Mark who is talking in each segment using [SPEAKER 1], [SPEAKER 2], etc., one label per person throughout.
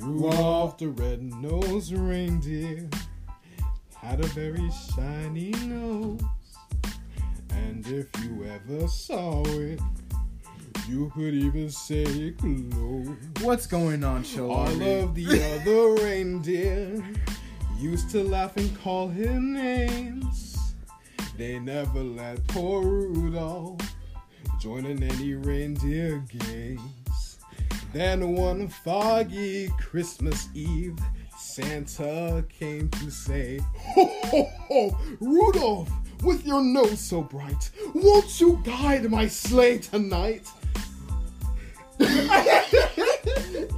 [SPEAKER 1] Rudolph the red-nosed reindeer had a very shiny nose. And if you ever saw it, you could even say it glowed.
[SPEAKER 2] What's going on,
[SPEAKER 1] All
[SPEAKER 2] Shalari?
[SPEAKER 1] of the other reindeer used to laugh and call him names. They never let poor Rudolph join in any reindeer games. Then one foggy Christmas Eve, Santa came to say, Ho, ho, ho, Rudolph, with your nose so bright, won't you guide my sleigh tonight? you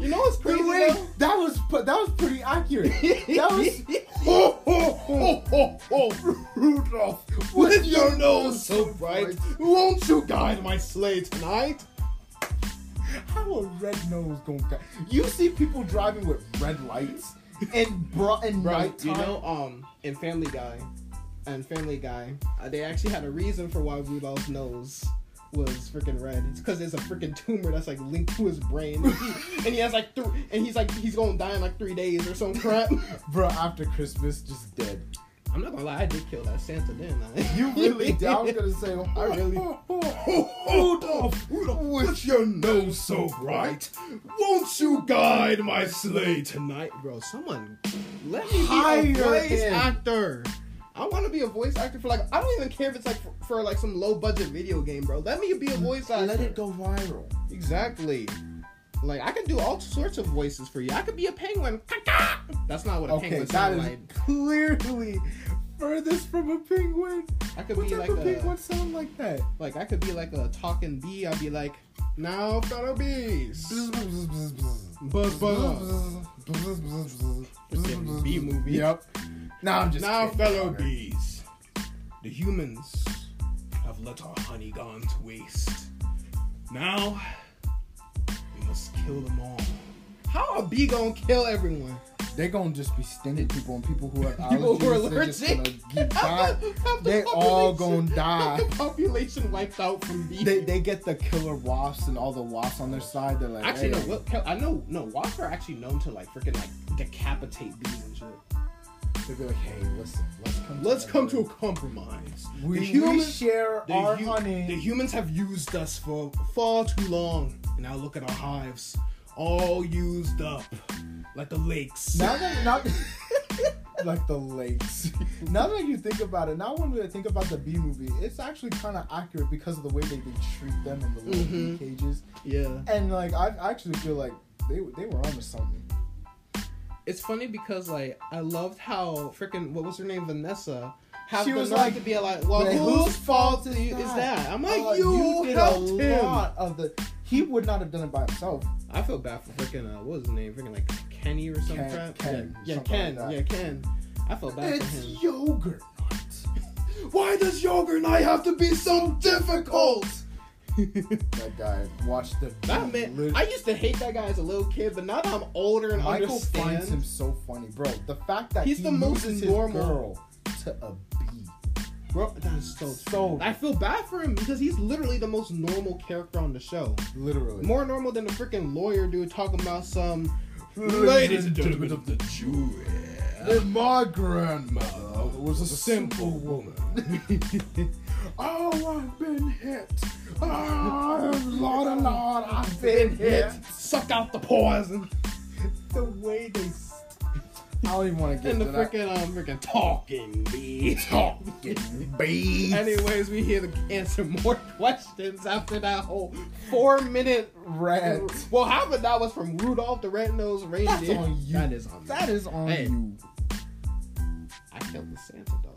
[SPEAKER 1] know what's crazy?
[SPEAKER 2] Wait, wait,
[SPEAKER 1] though?
[SPEAKER 2] that was pu- that was pretty accurate. That was
[SPEAKER 1] ho, ho, ho, ho, ho, Rudolph, with your nose so bright, won't you guide my sleigh tonight?
[SPEAKER 2] how a red nose going. to You see people driving with red lights and bra and
[SPEAKER 1] Bro,
[SPEAKER 2] nighttime.
[SPEAKER 1] you know, um, in Family Guy, and Family Guy, uh, they actually had a reason for why Rudolph's nose was freaking red. It's because there's a freaking tumor that's like linked to his brain, and he, and he has like three, and he's like he's gonna die in like three days or some crap.
[SPEAKER 2] bro, after Christmas, just dead.
[SPEAKER 1] I'm not gonna lie, I did kill that Santa, didn't I?
[SPEAKER 2] You really? did. I was gonna say, I really.
[SPEAKER 1] Rudolph, Rudolph, with your nose so bright, won't you guide my sleigh tonight, bro? Someone, let me be
[SPEAKER 2] Hire
[SPEAKER 1] a voice
[SPEAKER 2] him.
[SPEAKER 1] actor. I want to be a voice actor for like I don't even care if it's like for, for like some low budget video game, bro. Let me be a voice actor.
[SPEAKER 2] Let it go viral.
[SPEAKER 1] Exactly. Like I could do all sorts of voices for you. I could be a penguin. That's not what a
[SPEAKER 2] Okay,
[SPEAKER 1] penguin
[SPEAKER 2] that
[SPEAKER 1] sounds
[SPEAKER 2] is
[SPEAKER 1] like.
[SPEAKER 2] clearly furthest from a penguin.
[SPEAKER 1] I could
[SPEAKER 2] what
[SPEAKER 1] be
[SPEAKER 2] type
[SPEAKER 1] like
[SPEAKER 2] of
[SPEAKER 1] a
[SPEAKER 2] penguin sound like that?
[SPEAKER 1] like I could be like a talking bee. I'd be like, now fellow bees. Buzz buzz. Freaking bee movie.
[SPEAKER 2] Yep. Nah, I'm just
[SPEAKER 1] Now,
[SPEAKER 2] kidding.
[SPEAKER 1] fellow bees, the humans have let our honey gone to waste. Now, we must kill them all. How a bee gonna kill everyone?
[SPEAKER 2] They're gonna just be stinging people and people who have allergies.
[SPEAKER 1] People who are
[SPEAKER 2] they're just
[SPEAKER 1] allergic.
[SPEAKER 2] gonna get
[SPEAKER 1] Half
[SPEAKER 2] die.
[SPEAKER 1] the- half the
[SPEAKER 2] They all
[SPEAKER 1] population-
[SPEAKER 2] gonna die.
[SPEAKER 1] half the population wiped out from bees.
[SPEAKER 2] They, they get the killer wasps and all the wasps on their side. They're like,
[SPEAKER 1] actually, no.
[SPEAKER 2] "Hey."
[SPEAKER 1] What, I know. No, wasps are actually known to like freaking like decapitate bees and shit.
[SPEAKER 2] They'd be like, hey, listen, let's come.
[SPEAKER 1] Let's come to a
[SPEAKER 2] together.
[SPEAKER 1] compromise.
[SPEAKER 2] We,
[SPEAKER 1] The
[SPEAKER 2] we
[SPEAKER 1] humans-
[SPEAKER 2] share
[SPEAKER 1] The,
[SPEAKER 2] our
[SPEAKER 1] hu-
[SPEAKER 2] honey.
[SPEAKER 1] the humans have used us for far too long, and now look at our hives, all used up, like the lakes.
[SPEAKER 2] Now that now, like the lakes. Now that you think about it, now when I think about the bee movie, it's actually kind of accurate because of the way they, they treat them in the little bee
[SPEAKER 1] Mhm.
[SPEAKER 2] cages.
[SPEAKER 1] yeah,
[SPEAKER 2] And like I actually feel like they they were onto something.
[SPEAKER 1] it's funny because like I loved how freaking what was her name Vanessa. Have
[SPEAKER 2] She
[SPEAKER 1] the
[SPEAKER 2] was
[SPEAKER 1] nerve
[SPEAKER 2] like,
[SPEAKER 1] to be like, well,
[SPEAKER 2] like,
[SPEAKER 1] whose fault is, you- is that? I'm like,
[SPEAKER 2] Uh,
[SPEAKER 1] you,
[SPEAKER 2] did
[SPEAKER 1] helped
[SPEAKER 2] a
[SPEAKER 1] him.
[SPEAKER 2] lot of the. He would not have done it by himself.
[SPEAKER 1] I feel bad for freaking uh, what was his name? Freaking like Kenny or some
[SPEAKER 2] Ken-
[SPEAKER 1] crap.
[SPEAKER 2] Ken,
[SPEAKER 1] yeah, yeah
[SPEAKER 2] something
[SPEAKER 1] Ken.
[SPEAKER 2] like that.
[SPEAKER 1] yeah, Ken. I felt bad for him.
[SPEAKER 2] It's yogurt.
[SPEAKER 1] Why does yogurt night have to be so difficult?
[SPEAKER 2] That guy watched the.
[SPEAKER 1] That man,
[SPEAKER 2] lit-
[SPEAKER 1] I used to hate that guy as a little kid, but now that I'm older and
[SPEAKER 2] Michael finds him
[SPEAKER 1] understand,
[SPEAKER 2] so funny, bro. The fact that
[SPEAKER 1] He's
[SPEAKER 2] he
[SPEAKER 1] the most
[SPEAKER 2] loses
[SPEAKER 1] normal.
[SPEAKER 2] his girl to a bee.
[SPEAKER 1] bro, that is so.
[SPEAKER 2] So
[SPEAKER 1] I feel bad for him because he's literally the most normal character on the show.
[SPEAKER 2] literally.
[SPEAKER 1] More normal than a freaking lawyer dude talking about some. the jury,
[SPEAKER 2] my grandmother was a
[SPEAKER 1] woman.
[SPEAKER 2] Oh, I've been hit. Oh, Lord, oh, Lord, I've been hit.
[SPEAKER 1] Hit, suck out the poison,
[SPEAKER 2] The way they. s- I don't even want to get
[SPEAKER 1] and the
[SPEAKER 2] into that.
[SPEAKER 1] freaking um freaking talking bee.
[SPEAKER 2] talking bees.
[SPEAKER 1] Anyways, we here to answer more questions after that whole four minute
[SPEAKER 2] Rant.
[SPEAKER 1] Well, half of that was from Rudolph the Red-Nosed Reindeer.
[SPEAKER 2] That's on you.
[SPEAKER 1] That is on
[SPEAKER 2] That
[SPEAKER 1] me.
[SPEAKER 2] is on
[SPEAKER 1] Hey.
[SPEAKER 2] you.
[SPEAKER 1] I killed the Santa though.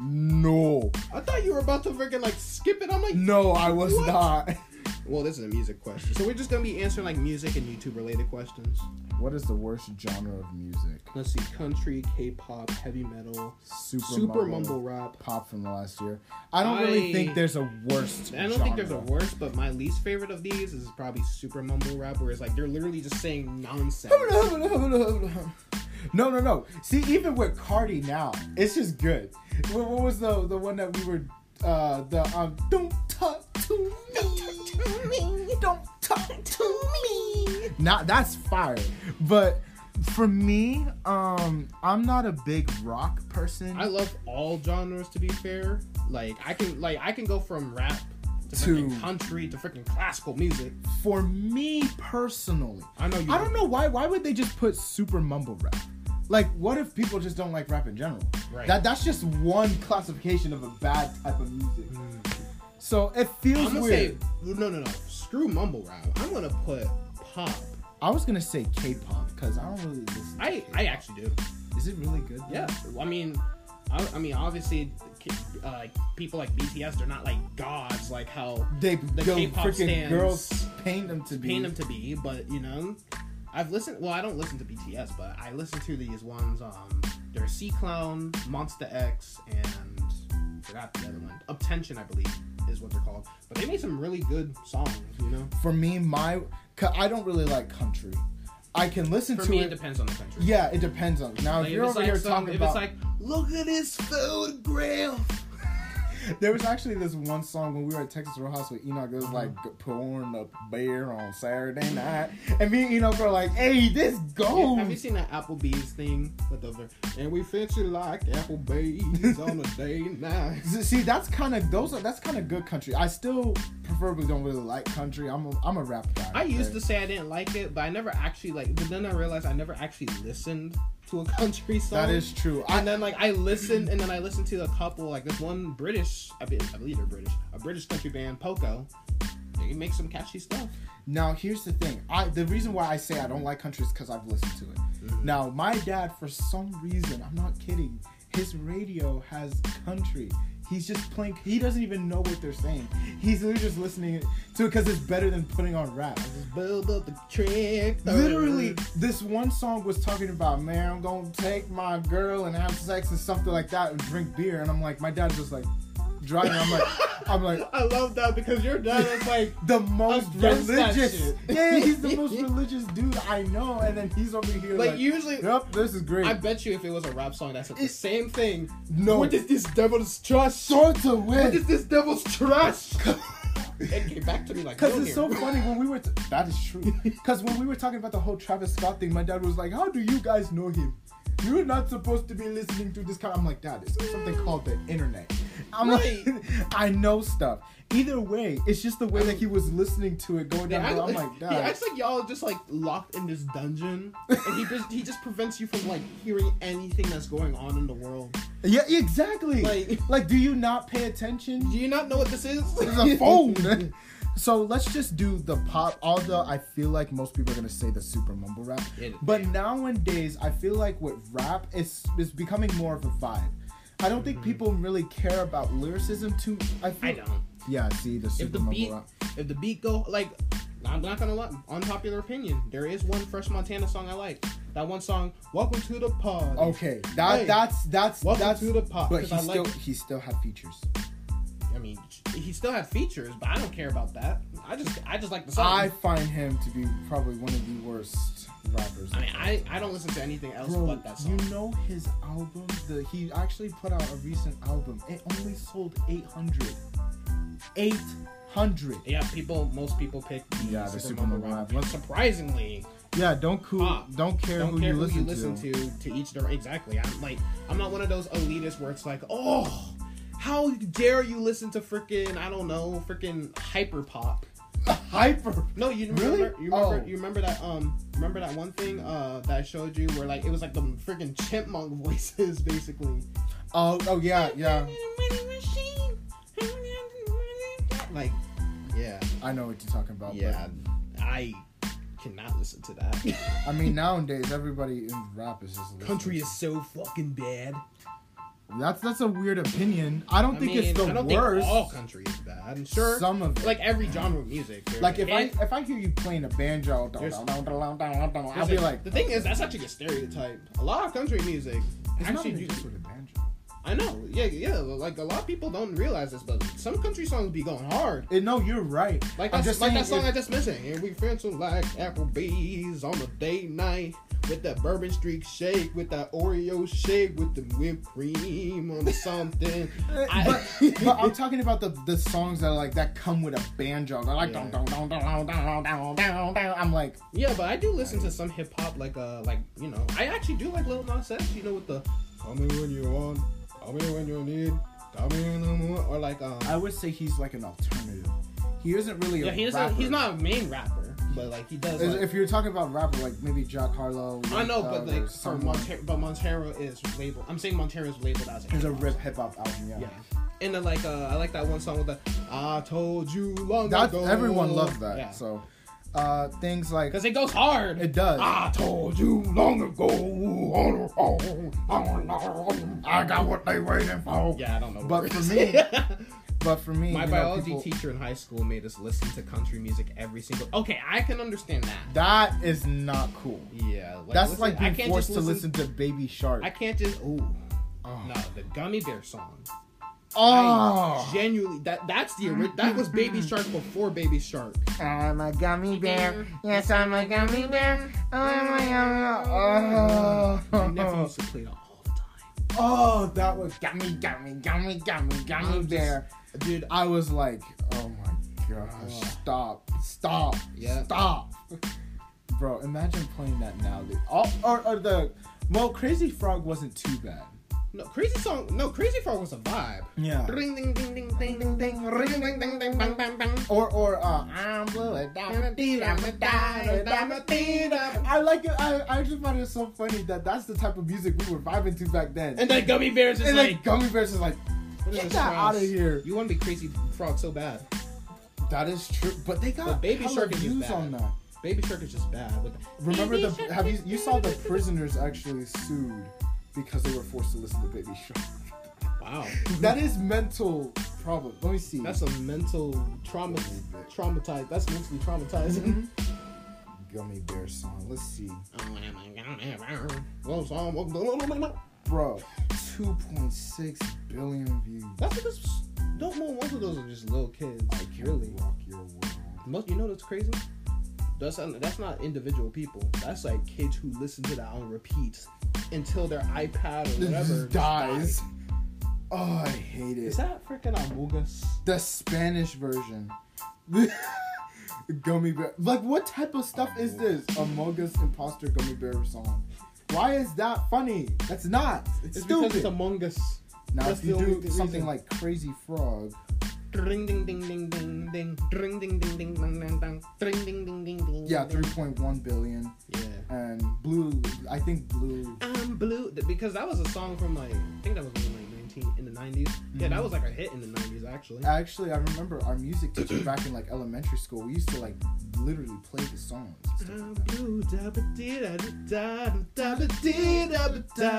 [SPEAKER 2] No,
[SPEAKER 1] I thought you were about to freaking like skip it. I'm like,
[SPEAKER 2] no, I was
[SPEAKER 1] What?
[SPEAKER 2] not.
[SPEAKER 1] well, this is a music question, so we're just gonna be answering like music and YouTube related questions.
[SPEAKER 2] What is the worst genre of music?
[SPEAKER 1] Let's see, country, K-pop, heavy metal,
[SPEAKER 2] Super,
[SPEAKER 1] super mumble rap.
[SPEAKER 2] pop from the last year. I don't really
[SPEAKER 1] I-
[SPEAKER 2] think there's a worst.
[SPEAKER 1] I don't think there's a
[SPEAKER 2] genre.
[SPEAKER 1] worst, but my least favorite of these is probably super mumble rap, where it's like they're literally just saying nonsense.
[SPEAKER 2] No, no, no. See, even with Cardi now, it's just good. What, what was the the one that we were? Uh, the um, don't talk to me. Don't talk to me. Now that's fire. But for me, um, I'm not a big rock person.
[SPEAKER 1] I love all genres to be fair. Like I can like I can go from rap to,
[SPEAKER 2] To-
[SPEAKER 1] freaking country to freaking classical music.
[SPEAKER 2] for me personally,
[SPEAKER 1] I know you.
[SPEAKER 2] I don't know why. Why would they just put super mumble rap? Like, what if people just don't like rap in general?
[SPEAKER 1] Right.
[SPEAKER 2] That that's just one classification of a bad type of music. So it feels
[SPEAKER 1] I'm gonna
[SPEAKER 2] weird.
[SPEAKER 1] Hmm. say no, no, no. Screw mumble rap. I'm gonna put pop.
[SPEAKER 2] I was gonna say K-pop because I don't really listen. to
[SPEAKER 1] I
[SPEAKER 2] K-pop.
[SPEAKER 1] I actually do.
[SPEAKER 2] is it really good? though?
[SPEAKER 1] Yeah. I mean, I, I mean obviously, uh, people like BTS they're not like gods like how
[SPEAKER 2] They
[SPEAKER 1] The
[SPEAKER 2] go
[SPEAKER 1] K-pop
[SPEAKER 2] freaking
[SPEAKER 1] stands.
[SPEAKER 2] girls paint them to be.
[SPEAKER 1] paint them to be, but you know, I've listened. Well, I don't listen to BTS, but I listen to these ones. Um, there's Sea Clown, Monster X, and forgot the other one. Uptension, I believe, is what they're called. But they made some really good songs. You know,
[SPEAKER 2] for me, my 'cause I don't really like country. I can listen
[SPEAKER 1] for
[SPEAKER 2] to
[SPEAKER 1] me,
[SPEAKER 2] it.
[SPEAKER 1] it depends on the country.
[SPEAKER 2] yeah, it depends on. Now
[SPEAKER 1] Like,
[SPEAKER 2] if you're
[SPEAKER 1] it's
[SPEAKER 2] over
[SPEAKER 1] like
[SPEAKER 2] here
[SPEAKER 1] some-
[SPEAKER 2] talking
[SPEAKER 1] if
[SPEAKER 2] about,
[SPEAKER 1] it's like, look at this photograph.
[SPEAKER 2] there was actually this one song when we were at Texas Roadhouse with Enoch. It was like
[SPEAKER 1] Mm-hmm.
[SPEAKER 2] pouring a beer on Saturday night, and me and Enoch were like, "Hey, this goes."
[SPEAKER 1] Have you seen that Applebee's thing with the? And we fancy like Applebee's on a day night.
[SPEAKER 2] See, that's kind of those. Are, that's kind of good country. I still preferably don't really like country. I'm a, I'm a rap guy.
[SPEAKER 1] I used to
[SPEAKER 2] right?
[SPEAKER 1] say I didn't like it, but I never actually like. But then I realized I never actually listened to a country song.
[SPEAKER 2] That is true. I
[SPEAKER 1] And then like I listened, and then I listened to a couple like this one British. I, be, I believe they're British. A British country band, Poco. They make some catchy stuff.
[SPEAKER 2] Now here's the thing. I the reason why I say I don't like country is because I've listened to it. Now my dad, for some reason, I'm not kidding, his radio has country. He's just playing. He doesn't even know what they're saying. He's literally just listening to it because it's better than putting on rap.
[SPEAKER 1] Build up the trick.
[SPEAKER 2] Literally, this one song was talking about, man, I'm gonna take my girl and have sex and something like that and drink beer. And I'm like, my dad's just like driving. I'm like, I'm like,
[SPEAKER 1] I love that because your dad is like.
[SPEAKER 2] the most
[SPEAKER 1] Against that
[SPEAKER 2] religious.
[SPEAKER 1] shit.
[SPEAKER 2] Yeah, he's the most religious dude I know, and then he's over here like,
[SPEAKER 1] Like usually,
[SPEAKER 2] yep, this is great.
[SPEAKER 1] I bet you if it was a rap song that said the
[SPEAKER 2] It-
[SPEAKER 1] same thing.
[SPEAKER 2] No.
[SPEAKER 1] What is this devil's trash?
[SPEAKER 2] sort of
[SPEAKER 1] What is
[SPEAKER 2] win.
[SPEAKER 1] this devil's trash? it came back to me like.
[SPEAKER 2] Cause
[SPEAKER 1] "Yo,
[SPEAKER 2] it's so
[SPEAKER 1] here."
[SPEAKER 2] funny when we were t- that is true. Cause when we were talking about the whole Travis Scott thing, my dad was like, "How do you guys know him? You're not supposed to be listening to this kind." I'm like, "Dad, it's something called the internet." I'm like,
[SPEAKER 1] Right.
[SPEAKER 2] "I know stuff." Either way, it's just the way that he was listening to it going
[SPEAKER 1] They
[SPEAKER 2] down.
[SPEAKER 1] act
[SPEAKER 2] the- I'm
[SPEAKER 1] like-
[SPEAKER 2] like, "Dad."
[SPEAKER 1] He acts like y'all just like locked in this dungeon, and he just he just prevents you from like hearing anything that's going on in the world.
[SPEAKER 2] Yeah, exactly. Like,
[SPEAKER 1] Like-
[SPEAKER 2] do you not pay attention?
[SPEAKER 1] Do you not know what this is?
[SPEAKER 2] It's a phone. so let's just do the pop. Although I feel like most people are gonna say the super mumble rap,
[SPEAKER 1] It-
[SPEAKER 2] but
[SPEAKER 1] yeah.
[SPEAKER 2] nowadays I feel like with rap, it's it's becoming more of a vibe. I don't think people really care about lyricism too. I, feel,
[SPEAKER 1] Mm-hmm. I don't.
[SPEAKER 2] Yeah, see the super
[SPEAKER 1] If the
[SPEAKER 2] mumble
[SPEAKER 1] beat,
[SPEAKER 2] rap.
[SPEAKER 1] if the beat go like, I'm not gonna lie. Unpopular opinion. There is one Fresh Montana song I like. That one song, "Welcome to the Pod."
[SPEAKER 2] Okay, that
[SPEAKER 1] Hey,
[SPEAKER 2] that's that's
[SPEAKER 1] welcome
[SPEAKER 2] that's
[SPEAKER 1] to the pop,
[SPEAKER 2] But
[SPEAKER 1] 'cause
[SPEAKER 2] he
[SPEAKER 1] I
[SPEAKER 2] still
[SPEAKER 1] like-
[SPEAKER 2] he still had features.
[SPEAKER 1] I mean, he still had features, but I don't care about that. I just I just like the song.
[SPEAKER 2] I find him to be probably one of the worst rappers.
[SPEAKER 1] I mean, I, I don't listen to anything else
[SPEAKER 2] Bro,
[SPEAKER 1] but that song.
[SPEAKER 2] You know his album? The he actually put out a recent album. It only sold 800. 800.
[SPEAKER 1] yeah, people. Most people pick the
[SPEAKER 2] Yeah, the
[SPEAKER 1] Super,
[SPEAKER 2] Super
[SPEAKER 1] Mumble
[SPEAKER 2] Mumble
[SPEAKER 1] Rap.
[SPEAKER 2] Rap.
[SPEAKER 1] Surprisingly,
[SPEAKER 2] Yeah, don't cool,
[SPEAKER 1] Pop.
[SPEAKER 2] don't care
[SPEAKER 1] Ah. don't
[SPEAKER 2] who
[SPEAKER 1] care
[SPEAKER 2] you
[SPEAKER 1] who
[SPEAKER 2] listen,
[SPEAKER 1] you listen to. to each their exactly. I'm like I'm not one of those elitists where it's like, oh, how dare you listen to freaking I don't know freaking hyper pop.
[SPEAKER 2] Hyper.
[SPEAKER 1] No, you remember
[SPEAKER 2] Really?
[SPEAKER 1] you remember
[SPEAKER 2] Oh.
[SPEAKER 1] you remember that um remember that one thing uh that I showed you where like it was like the freaking chipmunk voices basically.
[SPEAKER 2] Oh, oh yeah, yeah.
[SPEAKER 1] Like, yeah,
[SPEAKER 2] I know what you're talking about. but-
[SPEAKER 1] yeah, I cannot listen to that.
[SPEAKER 2] I mean, nowadays everybody in rap is just listening.
[SPEAKER 1] Country is so fucking bad.
[SPEAKER 2] That's that's a weird opinion. I don't
[SPEAKER 1] I
[SPEAKER 2] think
[SPEAKER 1] mean,
[SPEAKER 2] it's the
[SPEAKER 1] I don't
[SPEAKER 2] worst.
[SPEAKER 1] think all country is bad. Sure,
[SPEAKER 2] Some of it.
[SPEAKER 1] like every genre of music. there's
[SPEAKER 2] like
[SPEAKER 1] a
[SPEAKER 2] if I
[SPEAKER 1] hit,
[SPEAKER 2] if I hear you playing a banjo,
[SPEAKER 1] There's-
[SPEAKER 2] I'll
[SPEAKER 1] there's
[SPEAKER 2] be
[SPEAKER 1] a-
[SPEAKER 2] like,
[SPEAKER 1] the thing is that's actually a stereotype. A lot of country music
[SPEAKER 2] it's not
[SPEAKER 1] actually,
[SPEAKER 2] even
[SPEAKER 1] you-
[SPEAKER 2] just with a banjo.
[SPEAKER 1] I know, yeah, yeah. Like a lot of people don't realize this, but some country songs be going hard.
[SPEAKER 2] Eh, no, you're right.
[SPEAKER 1] Like
[SPEAKER 2] I'm
[SPEAKER 1] that's,
[SPEAKER 2] just
[SPEAKER 1] like
[SPEAKER 2] saying
[SPEAKER 1] that song
[SPEAKER 2] if-
[SPEAKER 1] I just mentioned, and we friends are like Applebee's on a date night. with that bourbon streak shake, with that Oreo shake, with the whipped cream on something. I-
[SPEAKER 2] but, but
[SPEAKER 1] uh,
[SPEAKER 2] I'm talking about the, the songs that are like that come with a banjo. They're like
[SPEAKER 1] Yeah.
[SPEAKER 2] dun, dun, dun, dun, dun, dun, dun, dun, dun. I'm like,
[SPEAKER 1] yeah, but I do listen to some hip hop, like uh, like you know, I actually do like Lil Nas X. You know, with the "Call me when you want, call me when you need, call me when you want," or like um,
[SPEAKER 2] I would say he's like an alternative. He isn't really a
[SPEAKER 1] yeah, he doesn't.
[SPEAKER 2] rapper.
[SPEAKER 1] He's not a main rapper, but like he does.
[SPEAKER 2] As-
[SPEAKER 1] like-
[SPEAKER 2] if you're talking about rapper, like maybe Jack Harlow.
[SPEAKER 1] I know,
[SPEAKER 2] Young
[SPEAKER 1] but
[SPEAKER 2] Thug,
[SPEAKER 1] like
[SPEAKER 2] or
[SPEAKER 1] for
[SPEAKER 2] someone
[SPEAKER 1] Montero, but Montero is labeled. I'm saying Montero is labeled as a
[SPEAKER 2] There's a
[SPEAKER 1] hip-hop
[SPEAKER 2] rip
[SPEAKER 1] song.
[SPEAKER 2] hip hop album, yeah.
[SPEAKER 1] Yeah, and then like uh, I like that one song with the "I told you long
[SPEAKER 2] That
[SPEAKER 1] ago."
[SPEAKER 2] everyone loved that.
[SPEAKER 1] Yeah.
[SPEAKER 2] So uh things like
[SPEAKER 1] Cause Ah. it goes hard.
[SPEAKER 2] it does. Oh,
[SPEAKER 1] I told you long ago on the phone.
[SPEAKER 2] I got what they waiting for.
[SPEAKER 1] Yeah, I don't know. the
[SPEAKER 2] But for
[SPEAKER 1] words.
[SPEAKER 2] me- But for me,
[SPEAKER 1] my
[SPEAKER 2] you know,
[SPEAKER 1] biology
[SPEAKER 2] people-
[SPEAKER 1] teacher in high school made us listen to country music every single. Okay, I can understand that.
[SPEAKER 2] that is not cool.
[SPEAKER 1] Yeah, like,
[SPEAKER 2] That's
[SPEAKER 1] listen-
[SPEAKER 2] like
[SPEAKER 1] I
[SPEAKER 2] being
[SPEAKER 1] can't
[SPEAKER 2] forced
[SPEAKER 1] just
[SPEAKER 2] to listen to Baby Shark.
[SPEAKER 1] I can't just. Ooh,
[SPEAKER 2] oh.
[SPEAKER 1] no, the gummy bear song. I
[SPEAKER 2] Oh.
[SPEAKER 1] genuinely that that's the ori- that was Baby Shark before Baby Shark.
[SPEAKER 2] I'm a gummy
[SPEAKER 1] bear.
[SPEAKER 2] Yes, I'm a gummy bear.
[SPEAKER 1] I'm My nephew used to play that all the time.
[SPEAKER 2] Oh, that was gummy, gummy, gummy, gummy, gummy
[SPEAKER 1] I'm just-
[SPEAKER 2] bear.
[SPEAKER 1] Dude, I,
[SPEAKER 2] I was like, oh my gosh,
[SPEAKER 1] Ugh.
[SPEAKER 2] stop, stop,
[SPEAKER 1] Oh. Yeah.
[SPEAKER 2] stop. Bro, imagine playing that now. dude. All, or, or the, well, Crazy Frog wasn't too bad.
[SPEAKER 1] no crazy song. No crazy frog was a vibe.
[SPEAKER 2] Yeah.
[SPEAKER 1] Ring ding ding ding ding ding ding ring ding ding ding bang bang bang.
[SPEAKER 2] Or, or, uh, I'm blue, and I'm a dee, I'm a die, and I'm a dee, I'm- I like it. I, I just find it so funny that that's the type of music we were vibing to back then.
[SPEAKER 1] And then gummy bears is
[SPEAKER 2] And
[SPEAKER 1] like,
[SPEAKER 2] then Gummy Bears is like,
[SPEAKER 1] what is
[SPEAKER 2] get
[SPEAKER 1] this
[SPEAKER 2] that
[SPEAKER 1] frog?
[SPEAKER 2] out of here.
[SPEAKER 1] You want to be crazy frog so bad.
[SPEAKER 2] That is true, but they got
[SPEAKER 1] But Baby
[SPEAKER 2] hella
[SPEAKER 1] Shark is just
[SPEAKER 2] views
[SPEAKER 1] bad.
[SPEAKER 2] on that.
[SPEAKER 1] Baby shark is just bad. With the,
[SPEAKER 2] Remember the have you you saw the prisoners actually sued because they were forced to listen to Baby Shark.
[SPEAKER 1] wow,
[SPEAKER 2] That is mental problem. Let me see.
[SPEAKER 1] that's a mental trauma traumatized. That's mentally
[SPEAKER 2] Mm-hmm.
[SPEAKER 1] traumatizing.
[SPEAKER 2] gummy bear song. Let's see. Bro, 2.6 billion views.
[SPEAKER 1] That's what this. Don't know. Most of those are just little kids. Like really.
[SPEAKER 2] rock your world.
[SPEAKER 1] Most, you know what's crazy? That's that's not individual people. That's like kids who listen to that on repeat until their iPad or
[SPEAKER 2] This
[SPEAKER 1] whatever
[SPEAKER 2] just dies. Oh, I hate it.
[SPEAKER 1] Is that freaking Amugas?
[SPEAKER 2] the Spanish version. gummy bear. Like, what type of stuff is this? Among Us imposter gummy bear song. Why is that funny? That's not. It's,
[SPEAKER 1] It's because it's
[SPEAKER 2] stupid.
[SPEAKER 1] Among Us.
[SPEAKER 2] now,
[SPEAKER 1] that's
[SPEAKER 2] if you
[SPEAKER 1] the
[SPEAKER 2] do
[SPEAKER 1] only
[SPEAKER 2] something
[SPEAKER 1] reason.
[SPEAKER 2] like Crazy Frog,
[SPEAKER 1] Ding ding ding ding ding ding ding ding ding ding ding ding ding ding ding ding ding ding.
[SPEAKER 2] yeah, 3.1 billion.
[SPEAKER 1] Yeah.
[SPEAKER 2] And Blue, I think Blue.
[SPEAKER 1] I'm blue th- because that was a song from like I think that was in like 19 in the 90s. Yeah,
[SPEAKER 2] Mm-hmm.
[SPEAKER 1] that was like a hit in the 90s actually.
[SPEAKER 2] Actually, I remember our music teacher back in like elementary school. We used to like literally play the songs. and stuff
[SPEAKER 1] I'm
[SPEAKER 2] like that.
[SPEAKER 1] blue,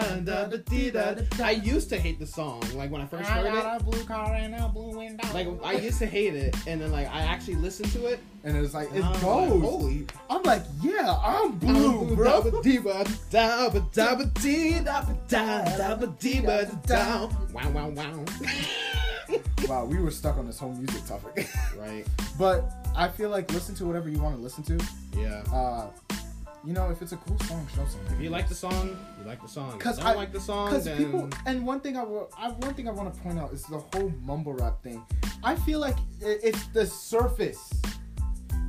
[SPEAKER 1] da-ba-dee-da-da-da-da-da-dee-da-da-da-da-da-da-da-da. I used to hate the song, like when I first
[SPEAKER 2] I
[SPEAKER 1] heard
[SPEAKER 2] got
[SPEAKER 1] it.
[SPEAKER 2] a blue car and a blue window.
[SPEAKER 1] Like I used to hate it, and then like I actually listened to it.
[SPEAKER 2] and it was like it
[SPEAKER 1] and I'm like,
[SPEAKER 2] goes.
[SPEAKER 1] holy
[SPEAKER 2] I'm like, yeah, I'm blue, bro.
[SPEAKER 1] Da-ba-dee-ba-da-ba-da-ba-dee-da-ba-da-da-ba-dee-ba-da-da. Wow, wow, wow.
[SPEAKER 2] wow, we were stuck on this whole music topic.
[SPEAKER 1] Right.
[SPEAKER 2] but I feel like listen to whatever you want to listen to.
[SPEAKER 1] Yeah.
[SPEAKER 2] Uh, you know, if it's a cool song, show something.
[SPEAKER 1] If you like the song, you like the song. If you
[SPEAKER 2] Cause
[SPEAKER 1] don't
[SPEAKER 2] I
[SPEAKER 1] like the song,
[SPEAKER 2] Because
[SPEAKER 1] then
[SPEAKER 2] people, and one thing I will, I one thing I want to point out is the whole mumble rap thing. I feel like i- it's the surface.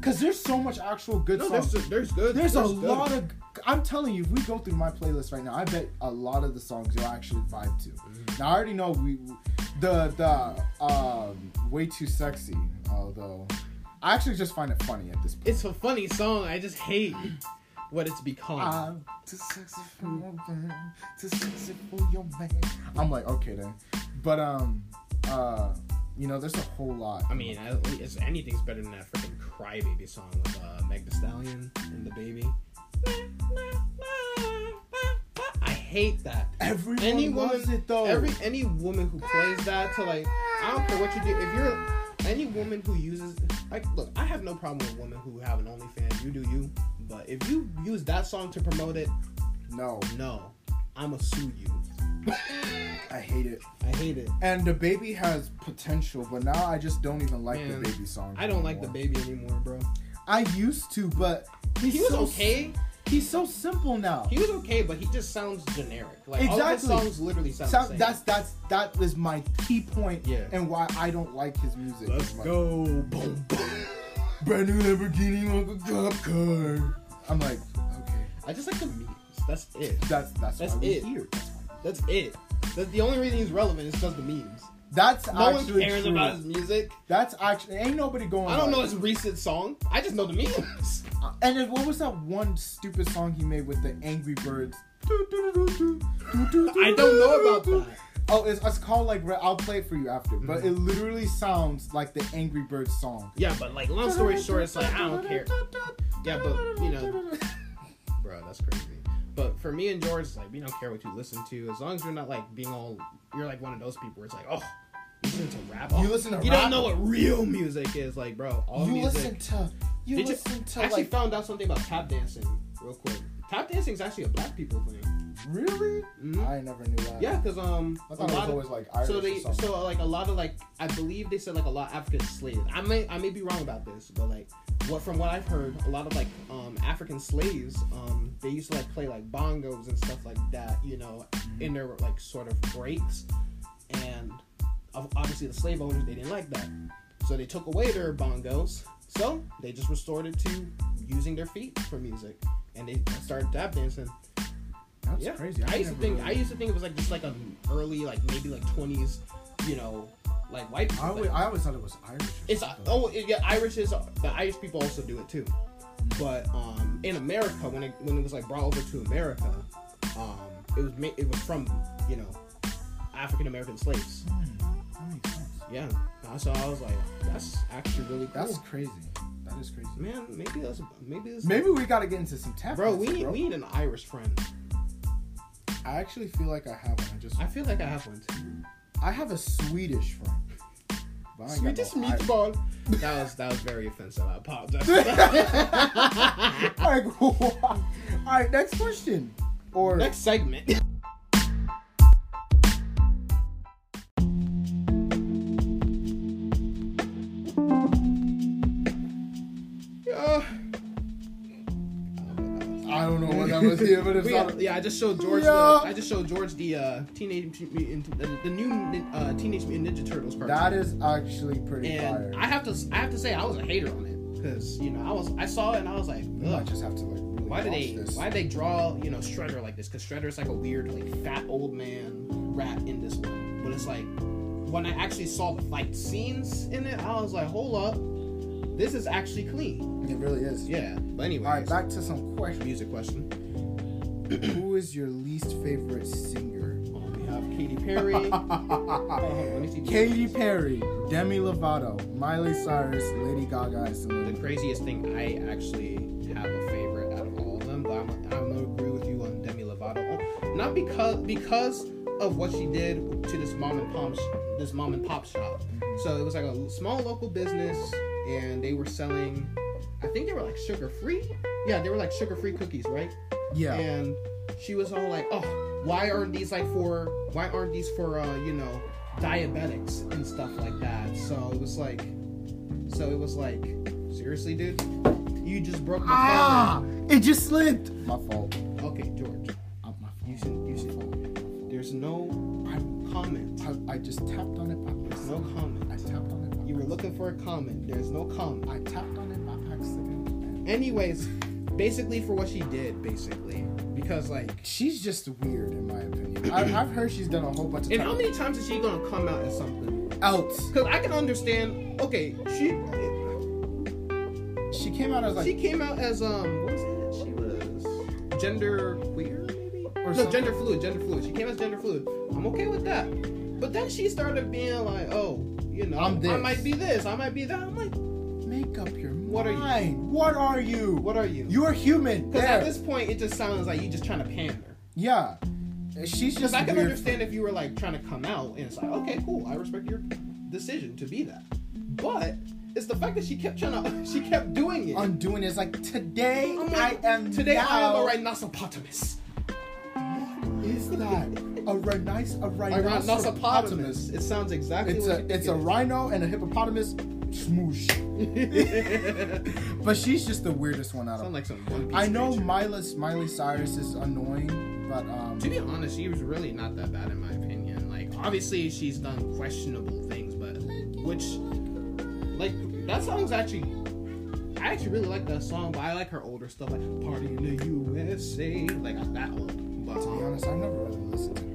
[SPEAKER 2] Cause there's so much actual good
[SPEAKER 1] no,
[SPEAKER 2] songs.
[SPEAKER 1] there's there's good.
[SPEAKER 2] There's, a
[SPEAKER 1] good.
[SPEAKER 2] lot of. I'm telling you, if we go through my playlist right now, I bet a lot of the songs you'll actually vibe to. Now I already know we, the the um, way too sexy. Although, I actually just find it funny at this point.
[SPEAKER 1] It's a funny song. I just hate what it's become.
[SPEAKER 2] I'm too sexy for your man, too sexy for your man. I'm like, okay then, but um, uh, you know, there's a whole lot.
[SPEAKER 1] I mean, at least it's, anything's better than that freaking crybaby song with uh, Meg The Stallion and the baby. I hate that.
[SPEAKER 2] everyone
[SPEAKER 1] Any woman,
[SPEAKER 2] loves it though.
[SPEAKER 1] every any woman who plays that to like, I don't care what you do. If you're any woman who uses, like, look, I have no problem with women who have an OnlyFans. You do you, but if you use that song to promote it,
[SPEAKER 2] no,
[SPEAKER 1] no, I'ma sue you.
[SPEAKER 2] I hate it.
[SPEAKER 1] I hate it.
[SPEAKER 2] And the baby has potential, but now I just don't even like
[SPEAKER 1] Man,
[SPEAKER 2] the baby song.
[SPEAKER 1] I don't like the baby anymore, bro.
[SPEAKER 2] I used to, but he's
[SPEAKER 1] He was
[SPEAKER 2] so-
[SPEAKER 1] okay,
[SPEAKER 2] He's so simple now.
[SPEAKER 1] He was okay, but he just sounds generic. Like all his
[SPEAKER 2] Exactly.
[SPEAKER 1] songs literally sound,
[SPEAKER 2] So
[SPEAKER 1] the same.
[SPEAKER 2] that's that's that is my key point
[SPEAKER 1] Yeah.
[SPEAKER 2] and why I don't like his music.
[SPEAKER 3] Let's
[SPEAKER 2] Like,
[SPEAKER 3] go. Boom, boom.
[SPEAKER 2] Brand new Lamborghini, Uncle Cop car. I'm like, okay,
[SPEAKER 1] I just like the memes. That's it.
[SPEAKER 2] that's that's,
[SPEAKER 1] That's
[SPEAKER 2] why
[SPEAKER 1] it.
[SPEAKER 2] we're here. That's, why.
[SPEAKER 1] That's it. That's the only reason he's relevant is because the memes.
[SPEAKER 2] that's
[SPEAKER 1] No one
[SPEAKER 2] actually
[SPEAKER 1] cares
[SPEAKER 2] true.
[SPEAKER 1] about his music.
[SPEAKER 2] That's actually ain't nobody going.
[SPEAKER 1] I don't know
[SPEAKER 2] like,
[SPEAKER 1] his recent song. I just know the memes.
[SPEAKER 2] Uh, And then what was that one stupid song he made with the Angry Birds?
[SPEAKER 1] I
[SPEAKER 2] I
[SPEAKER 1] don't know about that. Mm-hmm.
[SPEAKER 2] Oh, it's, it's called like Re- I'll play it for you after, but it literally sounds like the Angry Birds song.
[SPEAKER 1] Yeah, but like long story short, it's like I don't care. Yeah, but, you know. Bro, that's crazy. But for me and George, it's like we don't care what you listen to, as long as you're not like being all you're like one of those people where it's like, oh, you listen to rap. Oh,
[SPEAKER 2] You listen to
[SPEAKER 1] You
[SPEAKER 2] rap?
[SPEAKER 1] don't know what real music is, like, bro. All
[SPEAKER 2] you
[SPEAKER 1] music.
[SPEAKER 2] listen to you
[SPEAKER 1] Did you-
[SPEAKER 2] listen to
[SPEAKER 1] I actually
[SPEAKER 2] like
[SPEAKER 1] found out something about tap dancing real quick. Tap dancing is actually a black people thing.
[SPEAKER 2] really?
[SPEAKER 1] Mhm.
[SPEAKER 2] I never knew that.
[SPEAKER 1] Yeah, because um,
[SPEAKER 2] I
[SPEAKER 1] a
[SPEAKER 2] thought it was
[SPEAKER 1] lot of-
[SPEAKER 2] always like Irish
[SPEAKER 1] so they
[SPEAKER 2] or something.
[SPEAKER 1] so like a lot of like I believe they said like a lot of African slaves. I may I may be wrong about this, but like what from what I've heard, a lot of like um African slaves um they used to like play like bongos and stuff like that, you know, in their like sort of breaks, and ob- obviously the slave owners they didn't like that, so they took away their bongos, so they just restored it to using their feet for music, and they started tap dancing.
[SPEAKER 2] That's
[SPEAKER 1] Yeah,
[SPEAKER 2] crazy.
[SPEAKER 1] I, used to
[SPEAKER 2] never
[SPEAKER 1] think
[SPEAKER 2] really-
[SPEAKER 1] I used to think it was like just like an early like maybe like twenties, you know, like white people.
[SPEAKER 2] I
[SPEAKER 1] thing.
[SPEAKER 2] always, I always thought it was Irish. or
[SPEAKER 1] it's
[SPEAKER 2] something.
[SPEAKER 1] oh it- yeah, Irish is the Irish people also do it too, but um in America when it when it was like brought over to America, um it was ma- it was from you know African American slaves.
[SPEAKER 2] Hmm, that makes sense.
[SPEAKER 1] Yeah, Uh, so I was like that's actually really cool.
[SPEAKER 2] That's crazy. That is crazy.
[SPEAKER 1] man, maybe that's maybe that's
[SPEAKER 2] Maybe we gotta get into some tap.
[SPEAKER 1] Bro, we
[SPEAKER 2] dances,
[SPEAKER 1] need, we need an Irish friend.
[SPEAKER 2] I actually feel like I have one. I just
[SPEAKER 1] I feel like I have one too.
[SPEAKER 2] I have a Swedish friend. But I ain't got
[SPEAKER 1] Sweetest
[SPEAKER 2] no Irish-
[SPEAKER 1] meatball. That was that was very offensive. I apologize.
[SPEAKER 2] Like, what? All right, next question. Or
[SPEAKER 1] Next segment. Yeah.
[SPEAKER 2] I don't know what that was here, but it's
[SPEAKER 1] We-
[SPEAKER 2] not.
[SPEAKER 1] yeah, I just showed George.
[SPEAKER 2] Yeah.
[SPEAKER 1] The, I just showed George the uh, teenage Mutant- the, the new uh, Teenage Mutant Ninja Turtles cartoon.
[SPEAKER 2] That is actually pretty
[SPEAKER 1] and I
[SPEAKER 2] fire.
[SPEAKER 1] have to, I have to say, I was a hater on it because you know I was, I saw it and I was like,
[SPEAKER 2] I might
[SPEAKER 1] ugh.
[SPEAKER 2] just have to like really
[SPEAKER 1] Why
[SPEAKER 2] watch
[SPEAKER 1] did they?
[SPEAKER 2] this.
[SPEAKER 1] Why did they draw you know Shredder like this? Because Shredder's like a weird like fat old man rat in this one. But it's like when I actually saw the fight scenes in it, I was like, hold up, this is actually clean.
[SPEAKER 2] It really is.
[SPEAKER 1] Yeah. But anyway,
[SPEAKER 2] All right, back to some questions.
[SPEAKER 1] music question.
[SPEAKER 2] Who is your least favorite singer?
[SPEAKER 1] We have Katy Perry. Hold on, let me see.
[SPEAKER 2] Katy Perry, Demi Lovato, Miley Cyrus, Lady Gaga, and
[SPEAKER 1] The
[SPEAKER 2] Selena.
[SPEAKER 1] craziest thing, I actually have a favorite out of all of them, but I'm, I'm gonna agree with you on Demi Lovato. Not because because of what she did to this mom and pop this mom and pop shop. So it was like a small local business, and they were selling. I think they were like sugar free. Yeah, they were like sugar free cookies, right?
[SPEAKER 2] Yeah.
[SPEAKER 1] and she was all like, "Oh, why aren't these like for? Why aren't these for uh, you know diabetics and stuff like that?" So it was like, so it was like, seriously, dude, you just broke my
[SPEAKER 2] Ah, it just slipped. My fault.
[SPEAKER 1] phone. Okay, George,
[SPEAKER 2] Uh, my fault.
[SPEAKER 1] you should, you should. There's no comment.
[SPEAKER 2] I, I just tapped on it by
[SPEAKER 1] There's no
[SPEAKER 2] accident. I
[SPEAKER 1] comment.
[SPEAKER 2] tapped on it. By
[SPEAKER 1] You were
[SPEAKER 2] accident.
[SPEAKER 1] looking for a comment. There's no comment.
[SPEAKER 2] I tapped on it by accident. and
[SPEAKER 1] Anyways, basically for what she did, basically because like.
[SPEAKER 2] She's just weird, in my opinion. I, I've heard she's done a whole bunch of
[SPEAKER 1] And how
[SPEAKER 2] type-
[SPEAKER 1] many times is she gonna come out as something?
[SPEAKER 2] out.
[SPEAKER 1] Because I can understand. Okay, she
[SPEAKER 2] She came out as like
[SPEAKER 1] she came out as um, what was it? She was gender queer, maybe?
[SPEAKER 2] Or
[SPEAKER 1] no,
[SPEAKER 2] something.
[SPEAKER 1] gender fluid, gender fluid. She came as gender fluid. I'm okay with that. But then she started being like, oh, you know,
[SPEAKER 2] I'm
[SPEAKER 1] I
[SPEAKER 2] this.
[SPEAKER 1] might be this, I might be that. I'm like,
[SPEAKER 2] make up your mind.
[SPEAKER 1] What are you?
[SPEAKER 2] What are you?
[SPEAKER 1] what are you?
[SPEAKER 2] You are human.
[SPEAKER 1] Because at
[SPEAKER 2] There.
[SPEAKER 1] this point, it just sounds like you just trying to pander.
[SPEAKER 2] yeah. She's just.
[SPEAKER 1] Because I can
[SPEAKER 2] weird.
[SPEAKER 1] understand if you were like trying to come out and it's like, okay, cool, I respect your decision to be that. But it's the fact that she kept trying to, she kept doing it.
[SPEAKER 2] I'm doing this like today.
[SPEAKER 1] I'm
[SPEAKER 2] I
[SPEAKER 1] like,
[SPEAKER 2] am.
[SPEAKER 1] today
[SPEAKER 2] Now.
[SPEAKER 1] I am a rhinoceropotamus.
[SPEAKER 2] Is that a rhinoceros? A
[SPEAKER 1] A rhinoceropotamus.
[SPEAKER 2] rhinoceropotamus.
[SPEAKER 1] It sounds exactly
[SPEAKER 2] It's
[SPEAKER 1] what
[SPEAKER 2] a
[SPEAKER 1] you think
[SPEAKER 2] it's
[SPEAKER 1] it
[SPEAKER 2] a
[SPEAKER 1] is.
[SPEAKER 2] rhino and a hippopotamus Smoosh. But she's just the weirdest one out
[SPEAKER 1] Sound
[SPEAKER 2] of.
[SPEAKER 1] like some One Piece.
[SPEAKER 2] I know
[SPEAKER 1] creature.
[SPEAKER 2] Miley Miley Cyrus is annoying, but um,
[SPEAKER 1] To be honest, she was really not that bad in my opinion. Like, obviously, she's done questionable things, but which, like, that song's actually. I actually really like that song, but I like her older stuff, like "Party in the USA," like that old. But
[SPEAKER 2] to be
[SPEAKER 1] um,
[SPEAKER 2] honest, I've never really listened to her.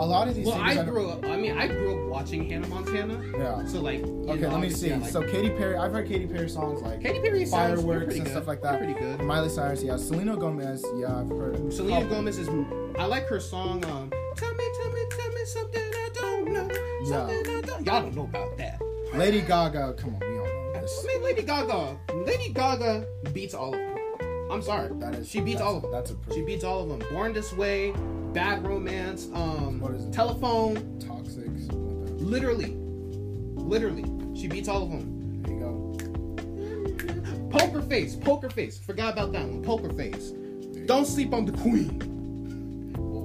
[SPEAKER 2] A lot of these.
[SPEAKER 1] well,
[SPEAKER 2] singers
[SPEAKER 1] I
[SPEAKER 2] don't-
[SPEAKER 1] grew up. I mean, I grew up watching Hannah Montana.
[SPEAKER 2] Yeah.
[SPEAKER 1] So like, you
[SPEAKER 2] Okay,
[SPEAKER 1] know,
[SPEAKER 2] let me
[SPEAKER 1] obviously
[SPEAKER 2] see.
[SPEAKER 1] I like
[SPEAKER 2] so Katy Perry, I've heard Katy Perry songs like
[SPEAKER 1] Katy Perry songs were
[SPEAKER 2] fireworks
[SPEAKER 1] pretty
[SPEAKER 2] and
[SPEAKER 1] good.
[SPEAKER 2] stuff like that.
[SPEAKER 1] Pretty good.
[SPEAKER 2] Miley Cyrus, yeah. Selena Gomez, yeah, I've heard.
[SPEAKER 1] Selena
[SPEAKER 2] Oh,
[SPEAKER 1] Gomez is. I like her song. Um, tell me, tell me, tell me something I don't know. Something I don't. Y'all don't know about that.
[SPEAKER 2] Lady Gaga, come on, we all know
[SPEAKER 1] I
[SPEAKER 2] this.
[SPEAKER 1] mean, Lady Gaga. Lady Gaga beats all of them. I'm sorry.
[SPEAKER 2] That is.
[SPEAKER 1] she beats
[SPEAKER 2] that's-
[SPEAKER 1] all of them.
[SPEAKER 2] That's a pretty
[SPEAKER 1] She beats all of them. Born This Way, Bad Romance,
[SPEAKER 2] What is
[SPEAKER 1] um,
[SPEAKER 2] it?
[SPEAKER 1] Telephone.
[SPEAKER 2] toxic. uh, something like
[SPEAKER 1] Literally, literally, she beats all of them.
[SPEAKER 2] that. There you go.
[SPEAKER 1] Poker Face, Poker Face. Forgot about that one. Poker Face. Don't sleep on the Queen.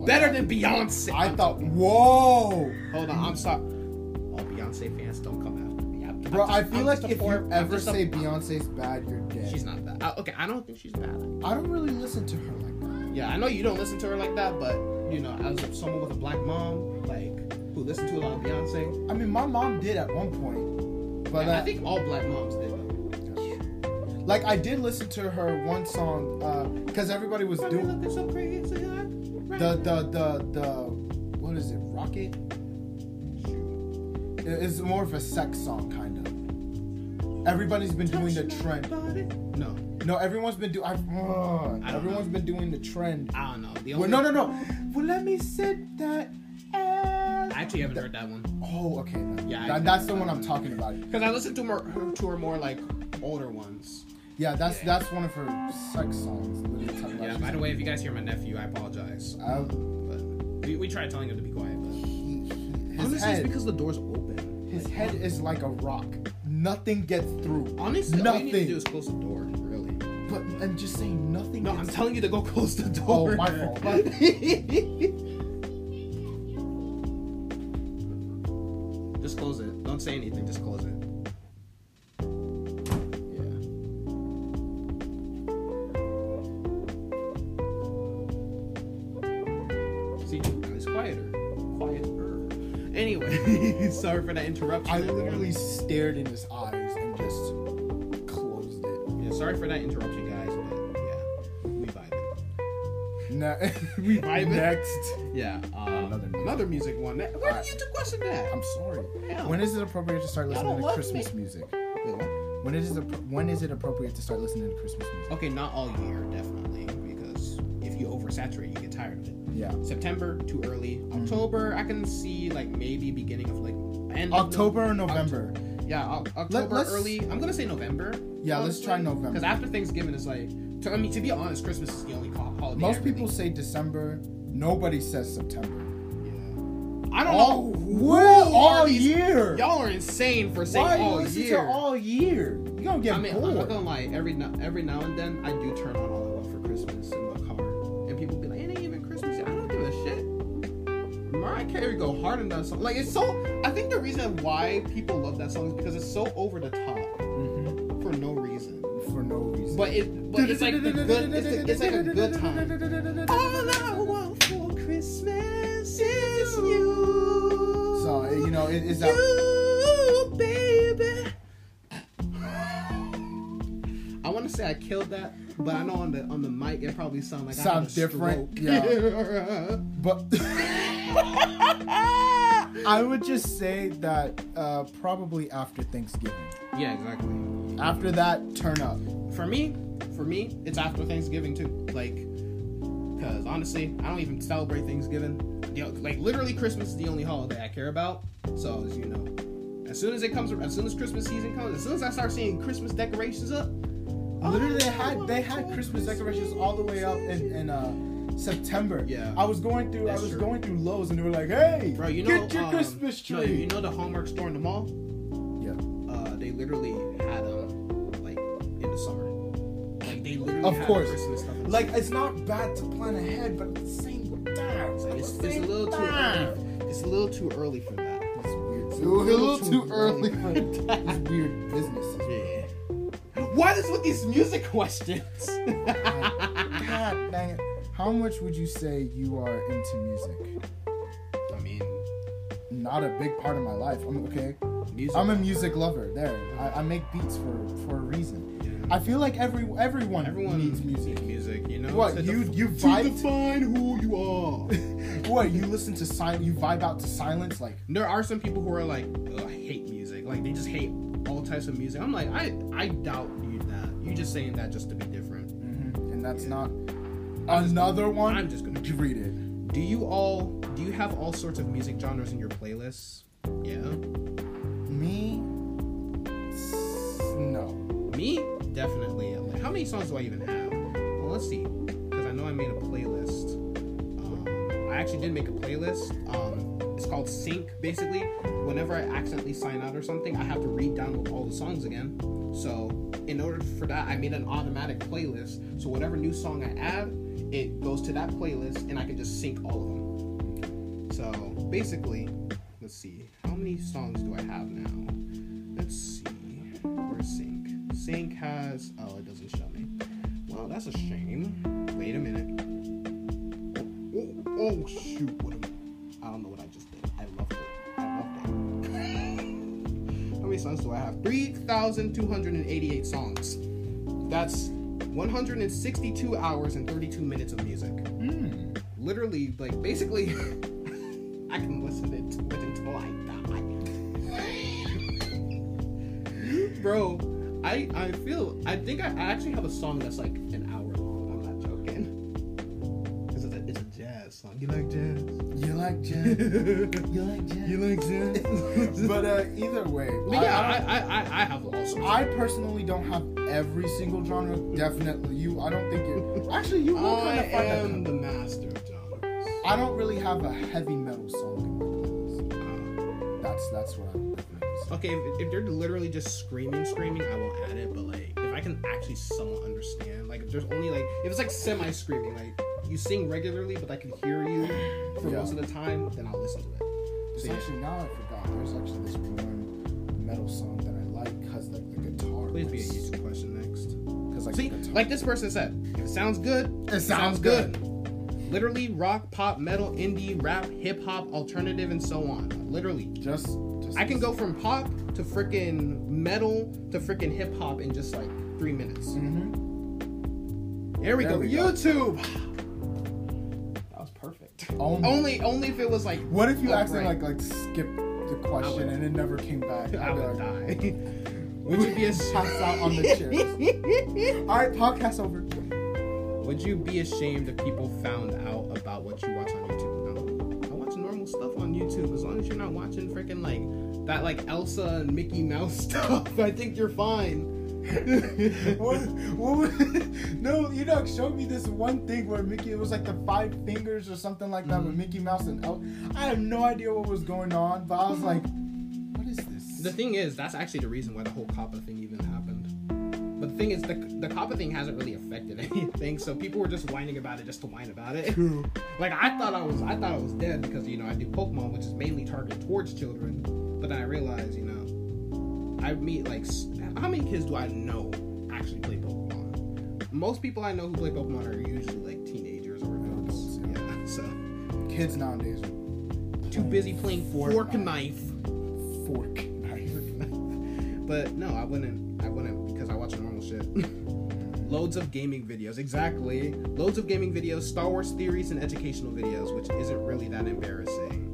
[SPEAKER 1] Better than Beyonce.
[SPEAKER 2] I thought. Whoa,
[SPEAKER 1] Hold on, I'm sorry. All Beyonce fans don't come after me. I'm- I'm
[SPEAKER 2] bro.
[SPEAKER 1] just-
[SPEAKER 2] I feel
[SPEAKER 1] I'm
[SPEAKER 2] like
[SPEAKER 1] just a
[SPEAKER 2] if
[SPEAKER 1] poor-
[SPEAKER 2] you
[SPEAKER 1] I'm
[SPEAKER 2] ever
[SPEAKER 1] just a-
[SPEAKER 2] say Beyonce's bad, you're dead.
[SPEAKER 1] she's not bad. I- Oh, okay, I don't think she's bad.
[SPEAKER 2] I don't really listen to her like that.
[SPEAKER 1] Yeah, I know you don't listen to her like that, but you know, as someone with a black mom, like who listened to a lot of Beyonce,
[SPEAKER 2] I mean, my mom did at one point, but
[SPEAKER 1] I
[SPEAKER 2] uh,
[SPEAKER 1] think all black moms did. though.
[SPEAKER 2] like I did listen to her one song because everybody was
[SPEAKER 1] Probably
[SPEAKER 2] doing.
[SPEAKER 1] looking so crazy, huh? Right.
[SPEAKER 2] the the the the what is it rocket It- it's more of a sex song kind of everybody's been doing the
[SPEAKER 1] Touch my
[SPEAKER 2] trend
[SPEAKER 1] body. No,
[SPEAKER 2] no everyone's been doing
[SPEAKER 1] know.
[SPEAKER 2] everyone's been doing the trend
[SPEAKER 1] I don't know. The
[SPEAKER 2] well,
[SPEAKER 1] only,
[SPEAKER 2] no no no well let me sit that ass.
[SPEAKER 1] I actually haven't heard that one
[SPEAKER 2] oh okay then.
[SPEAKER 1] Yeah, I-
[SPEAKER 2] That- that's the one i'm talking about
[SPEAKER 1] because I listened to more to her more like older ones.
[SPEAKER 2] yeah that's
[SPEAKER 1] Yeah.
[SPEAKER 2] that's one of her sex songs literally talking about
[SPEAKER 1] Yeah. By the way, if you guys hear my nephew, I apologize.
[SPEAKER 2] I-
[SPEAKER 1] But we, we tried telling him to be quiet, but.
[SPEAKER 2] he- he- his
[SPEAKER 1] Honestly, it's
[SPEAKER 2] head,
[SPEAKER 1] because the door's open.
[SPEAKER 2] his head is like a rock nothing gets through
[SPEAKER 1] Honestly, all you need to
[SPEAKER 2] Nothing.
[SPEAKER 1] do is close the door, really.
[SPEAKER 2] but i'm just saying nothing
[SPEAKER 1] No,
[SPEAKER 2] gets
[SPEAKER 1] I'm telling you to go close the door.
[SPEAKER 2] Oh, my fault.
[SPEAKER 1] just close it. Don't say anything, just close it. Yeah. See, it's quieter. Quieter. Anyway, sorry for that interruption.
[SPEAKER 2] I
[SPEAKER 1] everyone.
[SPEAKER 2] literally stared in his eyes and just closed it.
[SPEAKER 1] Yeah, sorry for that interruption, guys, but yeah, we vibing.
[SPEAKER 2] Ne- we
[SPEAKER 1] Vibing.
[SPEAKER 2] next.
[SPEAKER 1] Yeah, um,
[SPEAKER 2] Another
[SPEAKER 1] another,
[SPEAKER 2] music.
[SPEAKER 1] music. one. That- Where did you two question that?
[SPEAKER 2] I'm sorry.
[SPEAKER 1] Yeah.
[SPEAKER 2] When is it appropriate to start
[SPEAKER 1] don't
[SPEAKER 2] listening to
[SPEAKER 1] love
[SPEAKER 2] Christmas
[SPEAKER 1] me.
[SPEAKER 2] music?
[SPEAKER 1] Wait, what?
[SPEAKER 2] When is it appro- when is it appropriate to start listening to Christmas music?
[SPEAKER 1] Okay, not all year, definitely, because if you oversaturate, you get tired of it.
[SPEAKER 2] Yeah.
[SPEAKER 1] September, too early.
[SPEAKER 2] Hmm.
[SPEAKER 1] October, I can see like maybe beginning of like end of
[SPEAKER 2] October or November?
[SPEAKER 1] Nov- yeah, o-
[SPEAKER 2] Let-
[SPEAKER 1] October
[SPEAKER 2] let's-
[SPEAKER 1] early. I'm gonna say November.
[SPEAKER 2] Yeah, let's try November.
[SPEAKER 1] Because after Thanksgiving, it's like to, I mean, to be honest, Christmas is the only co- holiday. I
[SPEAKER 2] Most
[SPEAKER 1] really-
[SPEAKER 2] people say December. Nobody says September.
[SPEAKER 1] Yeah. I don't
[SPEAKER 2] All
[SPEAKER 1] know.
[SPEAKER 2] well, all
[SPEAKER 1] are these-
[SPEAKER 2] year.
[SPEAKER 1] Y'all are insane for saying
[SPEAKER 2] Why are you
[SPEAKER 1] all
[SPEAKER 2] listening
[SPEAKER 1] year.
[SPEAKER 2] to all year? You gonna get
[SPEAKER 1] I mean, I'm
[SPEAKER 2] bored.
[SPEAKER 1] not gonna lie. Every now, every now and then, I do turn on all I want for Christmas in my car, and people be like, "It ain't even Christmas." I don't give a shit. Mariah Carey go hard on that song. Like it's so. I think the reason why people love that song is because it's so over the top
[SPEAKER 2] Mhm.
[SPEAKER 1] for no reason.
[SPEAKER 2] For no reason.
[SPEAKER 1] But it, but it's like the good. It's, the, it's like a good time. All I want for Christmas is you.
[SPEAKER 2] So you know, it, it's that.
[SPEAKER 1] You, baby. I want to say I killed that, but I know on the on the mic it probably sound like I had a
[SPEAKER 2] Sounds different,
[SPEAKER 1] stroke.
[SPEAKER 2] But I would just say that uh, probably after Thanksgiving.
[SPEAKER 1] yeah, exactly.
[SPEAKER 2] After that, turn up.
[SPEAKER 1] For me, for me, it's after Thanksgiving too. Like, cause honestly, I don't even celebrate Thanksgiving. You know, like literally, Christmas is the only holiday I care about. So as you know, as soon as it comes, as soon as Christmas season comes, as soon as I start seeing Christmas decorations up,
[SPEAKER 2] Literally, they had they had Christmas decorations all the way up in, in uh, September.
[SPEAKER 1] Yeah.
[SPEAKER 2] I was going through I
[SPEAKER 1] That's
[SPEAKER 2] was
[SPEAKER 1] true.
[SPEAKER 2] going through Lowe's and they were like, "Hey,
[SPEAKER 1] Bro, you know,
[SPEAKER 2] get your
[SPEAKER 1] um,
[SPEAKER 2] Christmas
[SPEAKER 1] no,
[SPEAKER 2] tree."
[SPEAKER 1] you know the Hallmark store in the mall? Uh, they literally had um, like in the summer. Like they literally
[SPEAKER 2] Of
[SPEAKER 1] had
[SPEAKER 2] course.
[SPEAKER 1] Christmas stuff. in
[SPEAKER 2] yeah.
[SPEAKER 1] the
[SPEAKER 2] Like it's not bad to plan ahead, but at the same time,
[SPEAKER 1] summer. it's,
[SPEAKER 2] at the
[SPEAKER 1] it's a
[SPEAKER 2] same
[SPEAKER 1] little too
[SPEAKER 2] time.
[SPEAKER 1] early. It's a little too early for that.
[SPEAKER 2] It's weird.
[SPEAKER 1] It's a
[SPEAKER 2] It was a little too early for these weird businesses.
[SPEAKER 1] Yeah. What is with these music questions? I
[SPEAKER 2] God dang it. How much would you say you are into music?
[SPEAKER 1] mean,
[SPEAKER 2] Not a big part of my life. I'm okay.
[SPEAKER 1] music.
[SPEAKER 2] I'm a music lover. There, I, I make beats for for a reason.
[SPEAKER 1] Yeah.
[SPEAKER 2] I feel like every everyone,
[SPEAKER 1] Everyone
[SPEAKER 2] needs music.
[SPEAKER 1] music, you know.
[SPEAKER 2] What
[SPEAKER 1] to
[SPEAKER 2] you
[SPEAKER 1] def-
[SPEAKER 2] you
[SPEAKER 3] To
[SPEAKER 2] vibe?
[SPEAKER 3] define who you are.
[SPEAKER 2] what you listen to? Sil- you vibe out to silence? Like
[SPEAKER 1] There are some people who are like, "Ugh, I hate music. Like they just hate all types of music. I'm like, I I doubt you that. You just saying that just to be different.
[SPEAKER 2] and that's
[SPEAKER 1] Mm-hmm. Yeah.
[SPEAKER 2] not
[SPEAKER 1] I'm just
[SPEAKER 2] another one.
[SPEAKER 1] I'm just gonna.
[SPEAKER 2] you read it.
[SPEAKER 1] Do you all? Do you have all sorts of music genres in your playlists? Yeah.
[SPEAKER 2] Me? S- No.
[SPEAKER 1] Me? Definitely. Like, how many songs do I even have? Well, let's see. Because I know I made a playlist. Um, I actually did make a playlist. Um, it's called Sync, basically. Whenever I accidentally sign out or something, I have to re download all the songs again. So, in order for that, I made an automatic playlist. So, whatever new song I add, it goes to that playlist and I can just sync all of them. So, basically, let's see. How many songs do I have now? Let's see. Where's Sync? Sync has. Oh, it doesn't show me. Well, that's a shame. Wait a minute. Oh, oh, oh, shoot. What am I don't know what I just did. I loved it. I loved it. How many songs do I have? 3,288 songs. That's 162 hours and 32 minutes of music. Hmm. Literally, like, basically, I can listen to it until I die. Bro, I I feel I think I, I actually have a song that's like an hour long. I'm not joking. It's a, it's a jazz song. You like jazz?
[SPEAKER 2] You like jazz? you like jazz?
[SPEAKER 3] You like that?
[SPEAKER 2] but uh, either way,
[SPEAKER 1] But yeah, I I, I, I have also.
[SPEAKER 2] I personally don't have every single genre. Definitely, you. I don't think you. Actually, you will kind
[SPEAKER 1] I
[SPEAKER 2] of find that.
[SPEAKER 1] am the master of genres.
[SPEAKER 2] I don't really have a heavy metal song. in
[SPEAKER 1] Uh,
[SPEAKER 2] my playlist. That's that's what I'm.
[SPEAKER 1] okay, if, if they're literally just screaming, screaming, I will add it. But like, if I can actually somewhat understand, like, if there's only like, if it's like semi screaming, like you sing regularly, but I can hear you for
[SPEAKER 2] Yeah.
[SPEAKER 1] most of the time, then I'll listen to it.
[SPEAKER 2] It's
[SPEAKER 1] So, yeah.
[SPEAKER 2] actually now I forgot. There's actually this one metal song that I like because like the guitar.
[SPEAKER 1] Please be a YouTube question next.
[SPEAKER 2] Because like
[SPEAKER 1] See,
[SPEAKER 2] the guitar.
[SPEAKER 1] like this person said, if it sounds good,
[SPEAKER 2] It sounds
[SPEAKER 1] Literally rock, pop, metal, indie, rap, hip hop, alternative, and so on. Literally.
[SPEAKER 2] just, just.
[SPEAKER 1] I can go from pop to freaking metal to freaking hip hop in just like three minutes.
[SPEAKER 2] Mm-hmm.
[SPEAKER 1] There we
[SPEAKER 2] There
[SPEAKER 1] go.
[SPEAKER 2] we go.
[SPEAKER 1] YouTube. that was perfect. Oh Only only if it was like
[SPEAKER 2] Oh What if you
[SPEAKER 1] Oh,
[SPEAKER 2] actually
[SPEAKER 1] right.
[SPEAKER 2] like like skipped the question
[SPEAKER 1] would-
[SPEAKER 2] and it never came back?
[SPEAKER 1] I
[SPEAKER 2] I'd be
[SPEAKER 1] would
[SPEAKER 2] like,
[SPEAKER 1] die. Would you be
[SPEAKER 2] pass out on the chair.
[SPEAKER 1] ashamed?
[SPEAKER 2] All right, podcast over.
[SPEAKER 1] Would you be ashamed if people found out about what you watch on YouTube? No. I watch normal stuff on YouTube. As long as you're not watching freaking like that like Elsa and Mickey Mouse stuff, I think you're fine.
[SPEAKER 2] What, what would, no, you know, show me this one thing where Mickey it was like the five fingers or something like that
[SPEAKER 1] Mm-hmm.
[SPEAKER 2] with Mickey Mouse and El- I have no idea what was going on, but I was like, what is this?
[SPEAKER 1] Mm-hmm. The thing is, that's actually the reason why the whole Kappa thing even happened. But the thing is, the the Kappa thing hasn't really affected anything, so people were just whining about it just to whine about it. Like I thought I was, I thought I was dead because you know I do Pokemon, which is mainly targeted towards children. But then I realized, you know, I meet like s- how many kids do I know actually play Pokemon? Most people I know who play Pokemon are usually like teenagers or adults.
[SPEAKER 2] Adults, yeah.
[SPEAKER 1] Yeah, so
[SPEAKER 2] Kids nowadays,
[SPEAKER 1] too busy playing
[SPEAKER 2] Fortnite.
[SPEAKER 1] Fork Knife.
[SPEAKER 2] fork knife.
[SPEAKER 1] but no, I wouldn't. I wouldn't because I watch normal shit. Loads of gaming videos, exactly. Loads of gaming videos, Star Wars theories, and educational videos, which isn't really that embarrassing.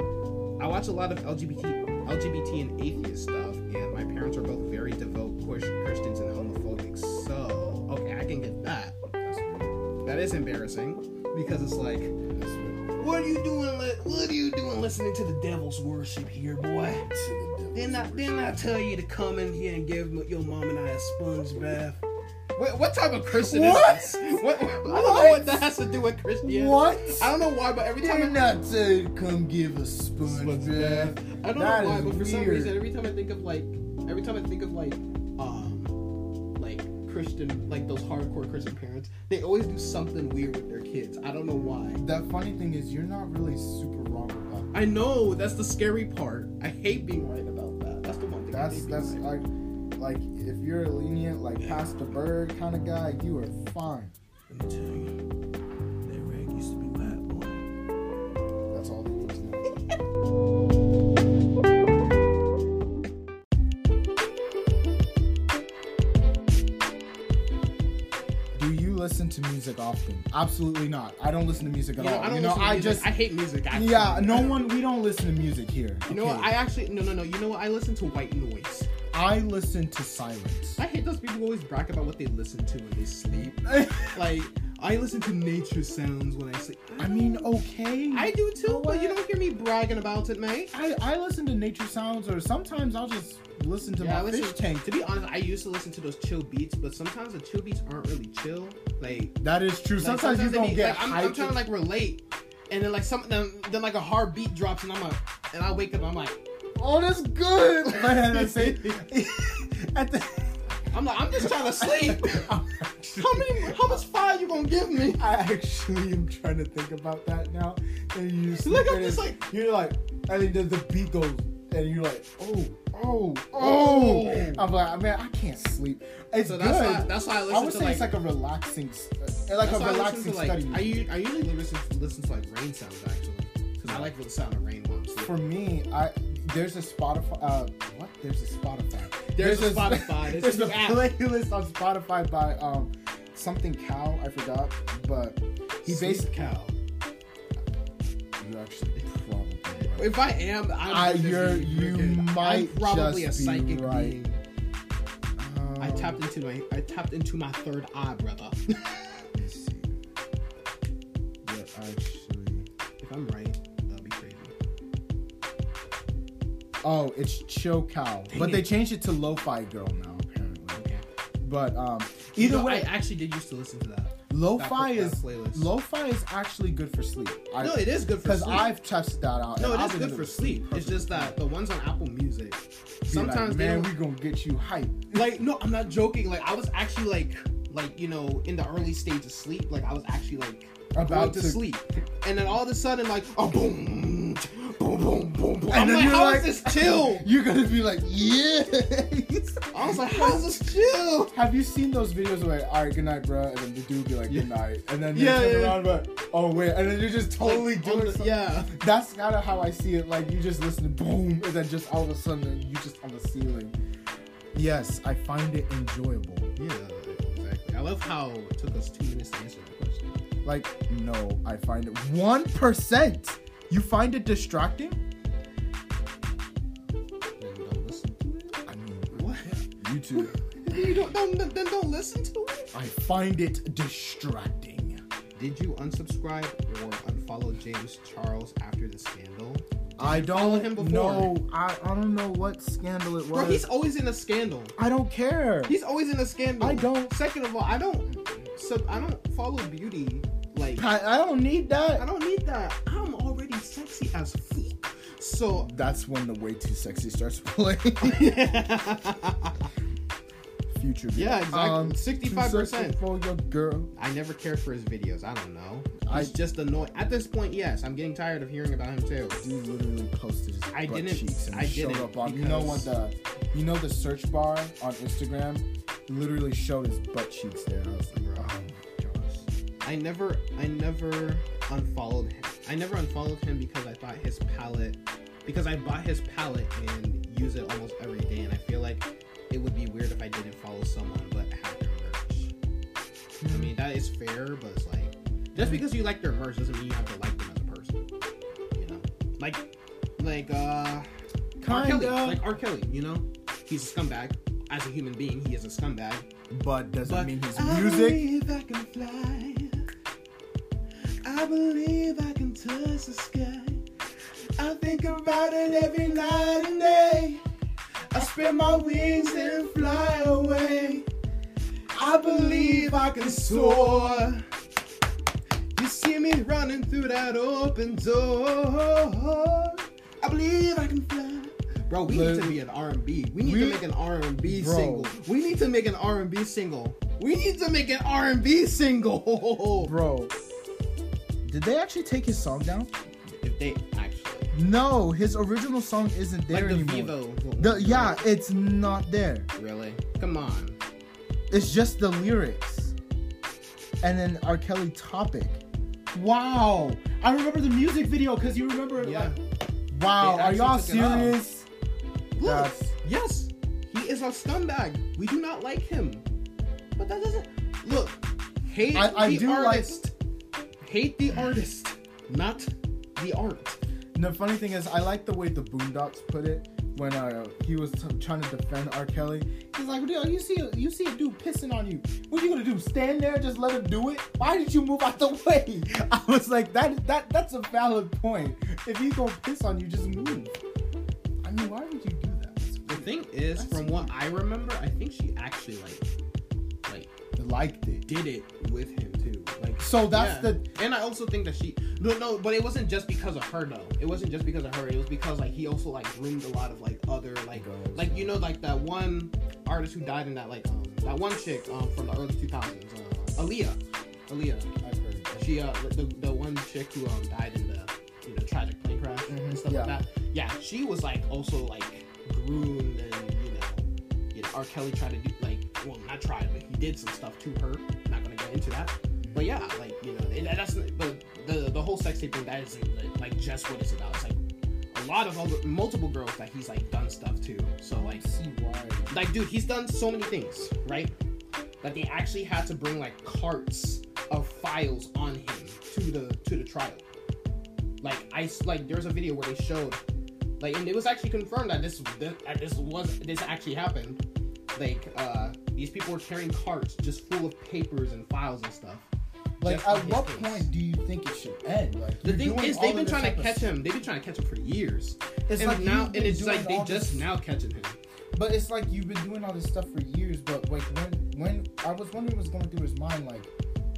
[SPEAKER 1] I watch a lot of LGBT, LGBT and atheist stuff, and my parents are both very devout Chris- Christians and homophobic. So okay, I can get that.
[SPEAKER 2] That's real.
[SPEAKER 1] That is embarrassing because it's like,
[SPEAKER 2] That's real.
[SPEAKER 1] what are you doing? li- What are you doing listening to the devil's worship here, boy?
[SPEAKER 2] To the devil.
[SPEAKER 1] Then I then I tell you to come in here and give m- your mom and I a sponge bath. What, what type of Christian is
[SPEAKER 2] What?
[SPEAKER 1] this? What, I don't know
[SPEAKER 2] What?
[SPEAKER 1] what that has to do with Christianity.
[SPEAKER 2] What?
[SPEAKER 1] I don't know why, but every
[SPEAKER 2] Did
[SPEAKER 1] time I,
[SPEAKER 2] not say come give a sponge
[SPEAKER 3] Sponge
[SPEAKER 2] bath.
[SPEAKER 1] I don't
[SPEAKER 2] That
[SPEAKER 1] know why,
[SPEAKER 2] is
[SPEAKER 1] but for some
[SPEAKER 2] weird.
[SPEAKER 1] reason, every time I think of like, every time I think of like, um, like Christian, like those hardcore Christian parents, they always do something weird with their kids. I don't know why.
[SPEAKER 2] The funny thing is, you're not really super wrong about
[SPEAKER 1] I know that's the scary part. I hate being right about
[SPEAKER 2] That's
[SPEAKER 3] they be
[SPEAKER 2] that's
[SPEAKER 3] like-
[SPEAKER 2] like, like if you're a lenient, like Pastor Bird kind of guy, you are fine.
[SPEAKER 3] Let me tell you, that rag used to be wet, boy.
[SPEAKER 2] That's all there is now. Do you listen to music often? Absolutely not. I don't listen to music at
[SPEAKER 1] You know,
[SPEAKER 2] all.
[SPEAKER 1] I don't
[SPEAKER 2] you know,
[SPEAKER 1] listen to
[SPEAKER 2] I
[SPEAKER 1] music.
[SPEAKER 2] just
[SPEAKER 1] I hate music. I
[SPEAKER 2] yeah. No one. We don't listen to music here.
[SPEAKER 1] You know what? I actually no no no. You know what? I listen to white noise.
[SPEAKER 2] I listen to silence.
[SPEAKER 1] I hate those people who always brag about what they listen to when they sleep. Like I listen to nature sounds when I sleep.
[SPEAKER 2] I mean, okay.
[SPEAKER 1] I do too, but you don't hear me bragging about it, mate.
[SPEAKER 2] I, I listen to nature sounds, or sometimes I'll just listen to
[SPEAKER 1] Yeah, I
[SPEAKER 2] my
[SPEAKER 1] listen-
[SPEAKER 2] fish tank.
[SPEAKER 1] To be honest, I used to listen to those chill beats, but sometimes the chill beats aren't really chill. Like
[SPEAKER 2] That is true.
[SPEAKER 1] Like,
[SPEAKER 2] sometimes, you
[SPEAKER 1] they
[SPEAKER 2] don't
[SPEAKER 1] be-
[SPEAKER 2] get
[SPEAKER 1] like, I'm, I'm
[SPEAKER 2] hyped.
[SPEAKER 1] trying to like relate, and then like some then, then like a hard beat drops, and I'm like, and I wake up, I'm like,
[SPEAKER 2] oh, that's good. But at the same, at the,
[SPEAKER 1] I'm like, I'm just trying to sleep. how many, how much fire you gonna give me?
[SPEAKER 2] I actually am trying to think about that now. And you just
[SPEAKER 1] Look,
[SPEAKER 2] look
[SPEAKER 1] I'm
[SPEAKER 2] at this,
[SPEAKER 1] just
[SPEAKER 2] like you're like, and then the, the beat goes, and you're like, oh, oh,
[SPEAKER 1] Oh.
[SPEAKER 2] oh. I'm like, man, I can't sleep. It's
[SPEAKER 1] So
[SPEAKER 2] good.
[SPEAKER 1] that's why that's why I listen
[SPEAKER 2] I would
[SPEAKER 1] to
[SPEAKER 2] say
[SPEAKER 1] like.
[SPEAKER 2] it's like a relaxing, st- like
[SPEAKER 1] that's
[SPEAKER 2] a
[SPEAKER 1] why I listen
[SPEAKER 2] relaxing
[SPEAKER 1] to, like,
[SPEAKER 2] study.
[SPEAKER 1] I, u- I usually listen to, listen to like rain sounds actually, because I like the sound of rain while I'm sleeping.
[SPEAKER 2] For me, I there's a Spotify. Uh, what? There's a Spotify.
[SPEAKER 1] There's a Spotify. There's
[SPEAKER 2] There's,
[SPEAKER 1] a
[SPEAKER 2] a
[SPEAKER 1] new app.
[SPEAKER 2] playlist on Spotify by um something Cow. I forgot, but he
[SPEAKER 1] Sleep
[SPEAKER 2] basically
[SPEAKER 1] cow.
[SPEAKER 2] you actually probably. right.
[SPEAKER 1] If I am, I'm
[SPEAKER 2] I-
[SPEAKER 1] gonna
[SPEAKER 2] you're-
[SPEAKER 1] be
[SPEAKER 2] you
[SPEAKER 1] wicked.
[SPEAKER 2] might
[SPEAKER 1] I'm probably
[SPEAKER 2] just
[SPEAKER 1] a
[SPEAKER 2] be
[SPEAKER 1] psychic
[SPEAKER 2] right.
[SPEAKER 1] being. I
[SPEAKER 2] Um,
[SPEAKER 1] tapped into my I tapped into my third eye, brother.
[SPEAKER 2] let me see. You're actually.
[SPEAKER 1] if I'm right, that'll be crazy.
[SPEAKER 2] Oh, it's Cho Cow,
[SPEAKER 1] Dang
[SPEAKER 2] but
[SPEAKER 1] it.
[SPEAKER 2] they changed it to Lo-Fi Girl now apparently.
[SPEAKER 1] Okay.
[SPEAKER 2] But um, either
[SPEAKER 1] No,
[SPEAKER 2] way,
[SPEAKER 1] I actually did used to listen to that.
[SPEAKER 2] Lo-Fi
[SPEAKER 1] that
[SPEAKER 2] is
[SPEAKER 1] playlist.
[SPEAKER 2] Lo-Fi is actually good for sleep. I-
[SPEAKER 1] No, it is good for
[SPEAKER 2] Because
[SPEAKER 1] sleep.
[SPEAKER 2] I've tested that out.
[SPEAKER 1] no,
[SPEAKER 2] and
[SPEAKER 1] it
[SPEAKER 2] I've
[SPEAKER 1] is
[SPEAKER 2] been
[SPEAKER 1] good
[SPEAKER 2] able
[SPEAKER 1] for
[SPEAKER 2] to
[SPEAKER 1] sleep. It's
[SPEAKER 2] perfectly
[SPEAKER 1] just that the ones on Apple Music,
[SPEAKER 2] Be like,
[SPEAKER 1] sometimes they
[SPEAKER 2] man,
[SPEAKER 1] don't-
[SPEAKER 2] we gonna get you hype.
[SPEAKER 1] like no, I'm not joking. Like I was actually like like you know in the early stage of sleep, like I was actually like going
[SPEAKER 2] About
[SPEAKER 1] to,
[SPEAKER 2] to-
[SPEAKER 1] sleep, and then all of a sudden like oh boom, boom, boom, boom, boom.
[SPEAKER 2] And
[SPEAKER 1] I'm
[SPEAKER 2] then
[SPEAKER 1] like,
[SPEAKER 2] you're
[SPEAKER 1] how is
[SPEAKER 2] like-
[SPEAKER 1] this chill?
[SPEAKER 2] You're gonna be like, yeah.
[SPEAKER 1] I was like, how is this chill?
[SPEAKER 2] Have you seen those videos where, all right, good night, bro, and then the dude be like,
[SPEAKER 1] Yeah.
[SPEAKER 2] good night, and then they
[SPEAKER 1] Yeah,
[SPEAKER 2] turn
[SPEAKER 1] yeah, yeah.
[SPEAKER 2] around, but oh wait, and then you're just totally
[SPEAKER 1] Like,
[SPEAKER 2] doing
[SPEAKER 1] on the-
[SPEAKER 2] something.
[SPEAKER 1] yeah.
[SPEAKER 2] That's kind of how I see it. Like you just listen, to boom, and then just all of a sudden you just on the ceiling. Yes, I find it enjoyable.
[SPEAKER 1] Yeah, exactly. I love how it took us two minutes to answer that question.
[SPEAKER 2] Like, no, I find it one percent. You find it distracting?
[SPEAKER 1] Then don't listen to it.
[SPEAKER 2] I mean,
[SPEAKER 1] What?
[SPEAKER 2] you too.
[SPEAKER 1] you don't, don't then don't listen to it.
[SPEAKER 2] I find it distracting.
[SPEAKER 1] Did you unsubscribe or unfollow James Charles after the scandal?
[SPEAKER 2] I
[SPEAKER 1] follow
[SPEAKER 2] don't
[SPEAKER 1] him before?
[SPEAKER 2] know. I, I don't know what scandal it was.
[SPEAKER 1] Bro, he's always in a scandal.
[SPEAKER 2] I don't care.
[SPEAKER 1] He's always in a scandal.
[SPEAKER 2] I don't-
[SPEAKER 1] Second of all, I don't. So I don't follow beauty. Like
[SPEAKER 2] I, I don't need that.
[SPEAKER 1] I don't need that. I'm already sexy as fuck. So.
[SPEAKER 2] That's when the way too sexy starts playing. Future. beat.
[SPEAKER 1] Yeah, exactly.
[SPEAKER 2] Um,
[SPEAKER 1] 65%.
[SPEAKER 2] too sexy for your girl.
[SPEAKER 1] I never cared for his videos. I don't know.
[SPEAKER 2] I-
[SPEAKER 1] He's just annoying. At this point, yes, I'm getting tired of hearing about him too.
[SPEAKER 2] Dude literally posted his
[SPEAKER 1] I
[SPEAKER 2] butt
[SPEAKER 1] didn't-
[SPEAKER 2] cheeks and
[SPEAKER 1] I
[SPEAKER 2] showed
[SPEAKER 1] didn't
[SPEAKER 2] up on. You know what
[SPEAKER 1] because-
[SPEAKER 2] the? You know the search bar on Instagram literally showed his butt cheeks there. I was like,
[SPEAKER 1] Bro.
[SPEAKER 2] oh my gosh.
[SPEAKER 1] I never, I never unfollowed him. I never unfollowed him because I thought his palette, because I bought his palette and use it almost every day, and I feel like it would be weird if I didn't follow someone but have their merch. I mean, that is fair, but it's like just because you like their merch doesn't mean you have to like them as a person. You know, like, like uh, R.
[SPEAKER 2] Kind
[SPEAKER 1] Kelly,
[SPEAKER 2] of.
[SPEAKER 1] like R. Kelly. You know, he's a scumbag. As a human being, he is a scumbag.
[SPEAKER 2] but doesn't
[SPEAKER 1] But
[SPEAKER 2] mean his
[SPEAKER 1] I
[SPEAKER 2] music.
[SPEAKER 1] believe I can fly. I believe I can touch the sky. I think about it every night and day. I spread my wings and fly away. I believe I can soar. You see me running through that open door. I believe I can fly. Bro, we need to be an R&B. We need to
[SPEAKER 2] We-
[SPEAKER 1] make an R&B
[SPEAKER 2] Bro.
[SPEAKER 1] single. We need to make an R&B single. We need to make an R&B single.
[SPEAKER 2] Bro, did they actually take his song down?
[SPEAKER 1] If they actually.
[SPEAKER 2] No, his original song isn't there
[SPEAKER 1] Like the
[SPEAKER 2] anymore.
[SPEAKER 1] Vivo. one,
[SPEAKER 2] The-
[SPEAKER 1] right?
[SPEAKER 2] yeah, it's not there.
[SPEAKER 1] Really? Come on.
[SPEAKER 2] It's just the lyrics. And then R. Kelly topic. Wow. I remember the music video because you remember
[SPEAKER 1] Yeah.
[SPEAKER 2] like Wow,
[SPEAKER 1] They
[SPEAKER 2] are y'all
[SPEAKER 1] actually took it off.
[SPEAKER 2] serious?
[SPEAKER 1] Look,
[SPEAKER 2] That's-
[SPEAKER 1] yes, he is a scumbag. We do not like him. But that doesn't look. Hate
[SPEAKER 2] I- I
[SPEAKER 1] the
[SPEAKER 2] do like-
[SPEAKER 1] artist. Hate the artist, not the art.
[SPEAKER 2] The funny thing is, I like the way the Boondocks put it when uh, he was t- trying to defend R. Kelly. He's like, "Dude, you see, a, you see a dude pissing on you. What you gonna do? Stand there, and just let him do it? Why did you move out the way?" I was like, "That, that, that's a valid point. If he's gonna piss on you, just move." I mean, why would you do that? That's
[SPEAKER 1] The thing is,
[SPEAKER 2] That's-
[SPEAKER 1] from what I remember, I think she actually like, like
[SPEAKER 2] weird. liked it.
[SPEAKER 1] did it with him too. Like
[SPEAKER 2] So that's
[SPEAKER 1] yeah.
[SPEAKER 2] the
[SPEAKER 1] And I also think that she no no, but it wasn't just because of her though. It wasn't just because of her. It was because like he also like groomed a lot of like other like
[SPEAKER 2] Girls.
[SPEAKER 1] like you know like that one artist who died in that like um that one chick um from the early two thousands, uh, Aaliyah, Aaliyah.
[SPEAKER 2] I've heard of it.
[SPEAKER 1] She uh the, the one chick who um died in the you know tragic plane crash
[SPEAKER 2] Mhm,
[SPEAKER 1] and stuff
[SPEAKER 2] yeah.
[SPEAKER 1] like that. Yeah, she was like also like groomed and you know, you know R. Kelly tried to do like well not tried but he did some stuff to her. Not gonna get into that. But yeah, like you know and that's but the the whole sex tape thing that isn't like just what it's about. It's like a lot of other, multiple girls that he's like done stuff to. So like
[SPEAKER 2] See why?
[SPEAKER 1] like dude he's done so many things right that they actually had to bring like carts of files on him to the to the trial like i s- like there's a video where they showed like and it was actually confirmed that this that that this was this actually happened like uh these people were carrying carts just full of papers and files and stuff
[SPEAKER 2] Like,
[SPEAKER 1] Just
[SPEAKER 2] at
[SPEAKER 1] in his
[SPEAKER 2] what
[SPEAKER 1] case.
[SPEAKER 2] point do you think it should end? Like,
[SPEAKER 1] the
[SPEAKER 2] you're
[SPEAKER 1] thing
[SPEAKER 2] doing
[SPEAKER 1] is
[SPEAKER 2] all
[SPEAKER 1] they've
[SPEAKER 2] of
[SPEAKER 1] been
[SPEAKER 2] this
[SPEAKER 1] trying
[SPEAKER 2] type
[SPEAKER 1] to
[SPEAKER 2] of
[SPEAKER 1] catch him they've been trying to catch him for years
[SPEAKER 2] It's
[SPEAKER 1] and
[SPEAKER 2] like
[SPEAKER 1] now
[SPEAKER 2] you've
[SPEAKER 1] and
[SPEAKER 2] been
[SPEAKER 1] it's
[SPEAKER 2] doing
[SPEAKER 1] like they
[SPEAKER 2] all
[SPEAKER 1] just
[SPEAKER 2] this-
[SPEAKER 1] now catching him
[SPEAKER 2] But it's like you've been doing all this stuff for years, but like when when I was wondering what's going through his mind, like,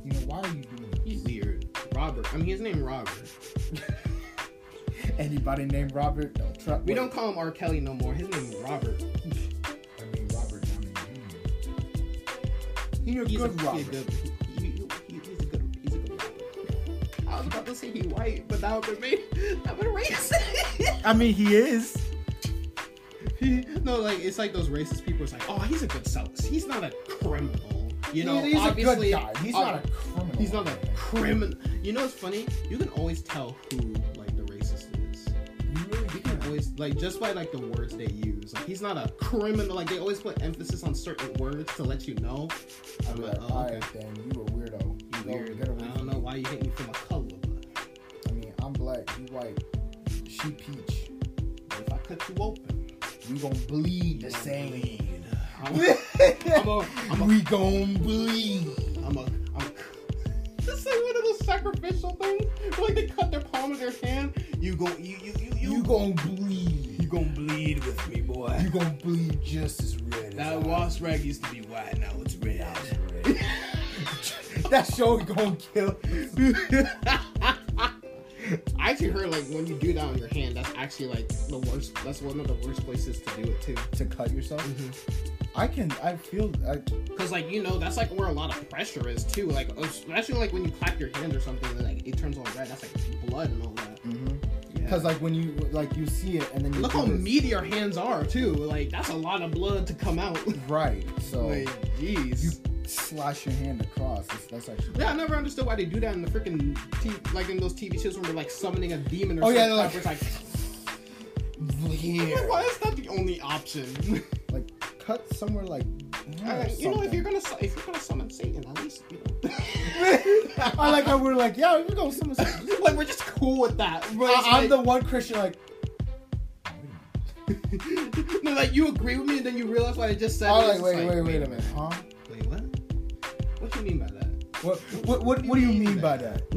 [SPEAKER 2] you know, why are you doing this?
[SPEAKER 1] he's weird robert i mean his name robert
[SPEAKER 2] Anybody named Robert? Don't trust.
[SPEAKER 1] We don't call him R. Kelly no more. His name is Robert.
[SPEAKER 2] I mean Robert Downey Jr. He a good
[SPEAKER 1] a,
[SPEAKER 2] Robert.
[SPEAKER 1] He's a good. He, he, he- he's a good. He's a good Robert. I was about to say he white, but that would make that would racist.
[SPEAKER 2] I mean he is.
[SPEAKER 1] no, like it's like those racist people. It's like, oh, he's a good Celeste. He's not a criminal. You
[SPEAKER 2] He-
[SPEAKER 1] know,
[SPEAKER 2] he's a good
[SPEAKER 1] obviously,
[SPEAKER 2] guy. He's
[SPEAKER 1] uh,
[SPEAKER 2] not a criminal.
[SPEAKER 1] He's not a criminal. You know, it's funny. You can always tell who like the racist is.
[SPEAKER 2] You really
[SPEAKER 1] You can always like just by like the words they use. Like he's not a criminal. Like they always put emphasis on certain words to let you know.
[SPEAKER 2] I'd be like,
[SPEAKER 1] Oh, okay.
[SPEAKER 2] all right, then you a weirdo.
[SPEAKER 1] You
[SPEAKER 2] Go,
[SPEAKER 1] weird.
[SPEAKER 2] Get away
[SPEAKER 1] I
[SPEAKER 2] from
[SPEAKER 1] don't know
[SPEAKER 2] me.
[SPEAKER 1] why you hate me for my color, but
[SPEAKER 2] I mean, I'm black. You white. She peach.
[SPEAKER 1] if I cut you open,
[SPEAKER 2] We gonna bleed
[SPEAKER 1] you
[SPEAKER 2] the
[SPEAKER 1] gonna
[SPEAKER 2] same.
[SPEAKER 1] bleed. I'm a, I'm a, I'm a,
[SPEAKER 2] we gon' bleed.
[SPEAKER 1] I'm a, I'm a. It's like one of those sacrificial things. where, Like they cut their palm of their hand. You go, you, you, you, you,
[SPEAKER 2] You gon' bleed.
[SPEAKER 1] you gonna bleed with me, boy.
[SPEAKER 2] You gon' bleed just as red. as I
[SPEAKER 1] That wasp rag used to be white, now it's red.
[SPEAKER 2] was red. that show gon' kill.
[SPEAKER 1] I actually heard like when you do that on your hand, that's actually like the worst. That's one of the worst places to do it too.
[SPEAKER 2] to cut yourself.
[SPEAKER 1] Mm-hmm.
[SPEAKER 2] I can. I feel. I,
[SPEAKER 1] Cause like you know, that's like where a lot of pressure is too. Like especially like when you clap your hand or something, and like it turns all red. That's like blood and all that. Mm-hmm. Yeah.
[SPEAKER 2] Cause like when you like you see it and then you
[SPEAKER 1] look
[SPEAKER 2] do
[SPEAKER 1] how
[SPEAKER 2] this.
[SPEAKER 1] meaty your hands are too. Like that's a lot of blood to come out.
[SPEAKER 2] Right. So
[SPEAKER 1] like jeez.
[SPEAKER 2] you slash your hand across. That's, that's actually.
[SPEAKER 1] yeah, I never understood why they do that in the freaking t- like in those TV shows when they're like summoning a demon or
[SPEAKER 2] Oh,
[SPEAKER 1] something.
[SPEAKER 2] yeah, they're
[SPEAKER 1] where it's like
[SPEAKER 2] Here.
[SPEAKER 1] why is that the only option?
[SPEAKER 2] Like cut somewhere like.
[SPEAKER 1] I
[SPEAKER 2] or
[SPEAKER 1] mean, you know, if
[SPEAKER 2] something.
[SPEAKER 1] you're gonna su- if you're gonna summon Satan, at least you know.
[SPEAKER 2] I like how we're like, yeah, we're going somewhere.
[SPEAKER 1] like we're just cool with that. But
[SPEAKER 2] I,
[SPEAKER 1] it's
[SPEAKER 2] I'm
[SPEAKER 1] like-
[SPEAKER 2] the one Christian like.
[SPEAKER 1] no, like you agree with me, and then you realize what I just said.
[SPEAKER 2] Oh,
[SPEAKER 1] and
[SPEAKER 2] like
[SPEAKER 1] it's
[SPEAKER 2] wait,
[SPEAKER 1] just
[SPEAKER 2] wait,
[SPEAKER 1] like,
[SPEAKER 2] wait, a minute, huh?
[SPEAKER 1] Wait, what? What do you mean by that?
[SPEAKER 2] What, what, what, what do you mean by that?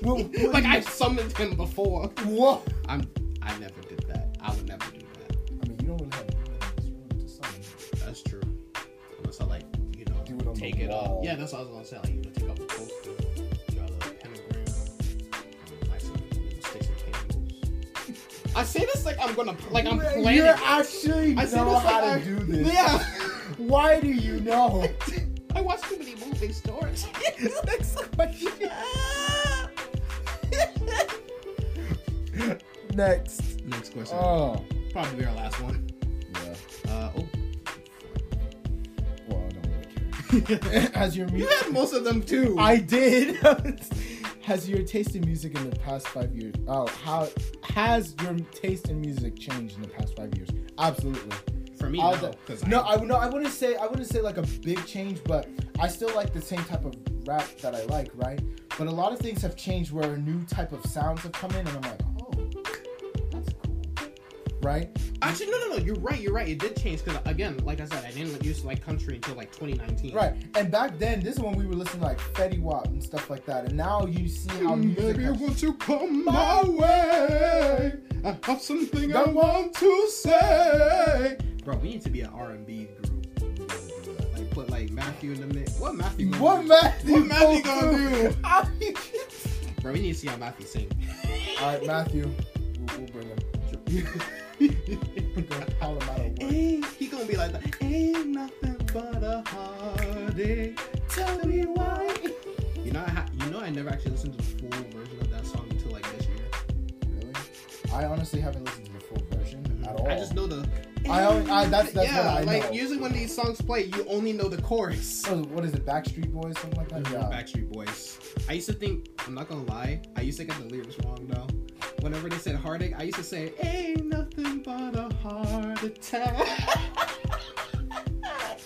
[SPEAKER 2] What- what do
[SPEAKER 1] like
[SPEAKER 2] you-
[SPEAKER 1] I've summoned him before.
[SPEAKER 2] Whoa.
[SPEAKER 1] I'm. I never did that. I would never do that.
[SPEAKER 2] I mean, you don't really have to do it to summon.
[SPEAKER 1] That's true. Unless I like, you know,
[SPEAKER 2] Do it on the
[SPEAKER 1] take it off.
[SPEAKER 2] wall.
[SPEAKER 1] Yeah, that's what I was gonna say. Like, you know, take off the poster, draw a little pentagram, um, like some you know, sticks and candles. I say this like I'm gonna like I'm
[SPEAKER 2] You're-
[SPEAKER 1] planning.
[SPEAKER 2] You
[SPEAKER 1] it.
[SPEAKER 2] actually
[SPEAKER 1] I say
[SPEAKER 2] know
[SPEAKER 1] this
[SPEAKER 2] how
[SPEAKER 1] like I-
[SPEAKER 2] to do this.
[SPEAKER 1] Yeah.
[SPEAKER 2] Why do you know?
[SPEAKER 1] I watch too many movie stories.
[SPEAKER 2] Next question. next.
[SPEAKER 1] Next question.
[SPEAKER 2] Oh.
[SPEAKER 1] Probably our last one.
[SPEAKER 2] Yeah.
[SPEAKER 1] Uh, oh.
[SPEAKER 2] Well, I don't really care.
[SPEAKER 1] you
[SPEAKER 2] Has your music.
[SPEAKER 1] had most of them too.
[SPEAKER 2] I did. has your taste in music in the past five years? Oh, how has your taste in music changed in the past five years? Absolutely.
[SPEAKER 1] For me,
[SPEAKER 2] All
[SPEAKER 1] no.
[SPEAKER 2] the-
[SPEAKER 1] 'cause
[SPEAKER 2] no, I, no, I wouldn't say I wouldn't say like a big change, but I still like the same type of rap that I like, right? But a lot of things have changed where new type of sounds have come in, and I'm like, oh, that's cool, right?
[SPEAKER 1] Actually, no, no, no. You're right. You're right. It did change because, again, like I said, I didn't used to like country until like 2019.
[SPEAKER 2] Right. And back then, this is when we were listening to like Fetty Wap and stuff like that, and now you see how
[SPEAKER 1] Mm.
[SPEAKER 2] music.
[SPEAKER 3] Maybe
[SPEAKER 2] has-
[SPEAKER 3] want to come my way. I have something I want to say.
[SPEAKER 1] Bro, we need to be an R&B group. Like put like Matthew in the mix. What Matthew? gonna
[SPEAKER 2] What
[SPEAKER 1] do?
[SPEAKER 2] Matthew?
[SPEAKER 3] What Matthew gonna do?
[SPEAKER 1] Bro, we need to see how Matthew sing.
[SPEAKER 2] All right, Matthew, we'll, we'll bring him. We're gonna call him out of work.
[SPEAKER 1] Ain't- he gonna be like that. Ain't nothing but a heartache. Tell me why. You know, I ha- you know, I never actually listened to the full version of that song until like this year.
[SPEAKER 2] Really? I honestly haven't listened to the full version at all.
[SPEAKER 1] Mm-hmm. I just know the.
[SPEAKER 2] I only- I- that's- that's
[SPEAKER 1] yeah,
[SPEAKER 2] what I
[SPEAKER 1] like
[SPEAKER 2] know.
[SPEAKER 1] usually when these songs play, you only know the chorus.
[SPEAKER 2] So, what is it, Backstreet Boys, something like
[SPEAKER 1] Mm-hmm.
[SPEAKER 2] that? Yeah.
[SPEAKER 1] Backstreet Boys. I used to think I'm not gonna lie. I used to get the lyrics wrong though. Whenever they said heartache, I used to say ain't nothing but a heart attack. I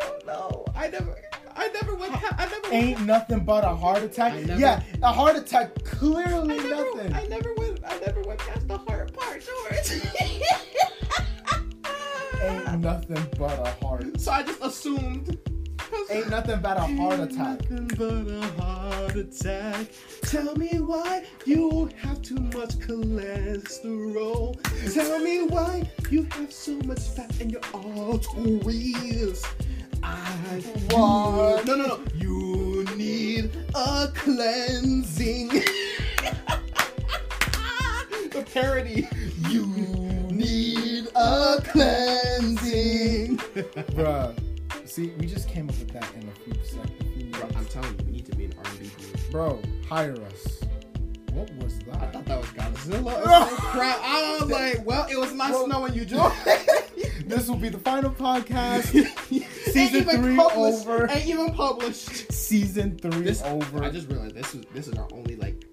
[SPEAKER 1] don't know. I never. I never went. I never.
[SPEAKER 2] Ain't nothing but a heart attack.
[SPEAKER 1] I never-
[SPEAKER 2] yeah, a heart attack.
[SPEAKER 1] I
[SPEAKER 2] Clearly
[SPEAKER 1] never,
[SPEAKER 2] nothing.
[SPEAKER 1] I never went. I never went past the heart part, George.
[SPEAKER 2] Ain't nothing but a heart.
[SPEAKER 1] so I just assumed. 'Cause-
[SPEAKER 2] Ain't nothing but a heart
[SPEAKER 1] Ain't
[SPEAKER 2] attack.
[SPEAKER 1] Nothing but a heart attack. Tell me why you have too much cholesterol. Tell me why you have so much fat in your arteries. I
[SPEAKER 2] What?
[SPEAKER 1] No, no, no. You need a cleansing. the parody. You need a cleansing.
[SPEAKER 2] Bruh. See, we just came up with that in a few seconds.
[SPEAKER 1] Bro, I'm telling you, we need to be an R&B group.
[SPEAKER 2] Bro, hire us. What was
[SPEAKER 1] I
[SPEAKER 2] that?
[SPEAKER 1] thought that was Godzilla or some crap. I was like, well, it was not
[SPEAKER 2] Well-
[SPEAKER 1] snow when you joined.
[SPEAKER 2] this will be the final podcast.
[SPEAKER 1] ain't
[SPEAKER 2] Season
[SPEAKER 1] even
[SPEAKER 2] three
[SPEAKER 1] published.
[SPEAKER 2] over.
[SPEAKER 1] Ain't even published.
[SPEAKER 2] Season three
[SPEAKER 1] This
[SPEAKER 2] over.
[SPEAKER 1] I just realized this is this is our only like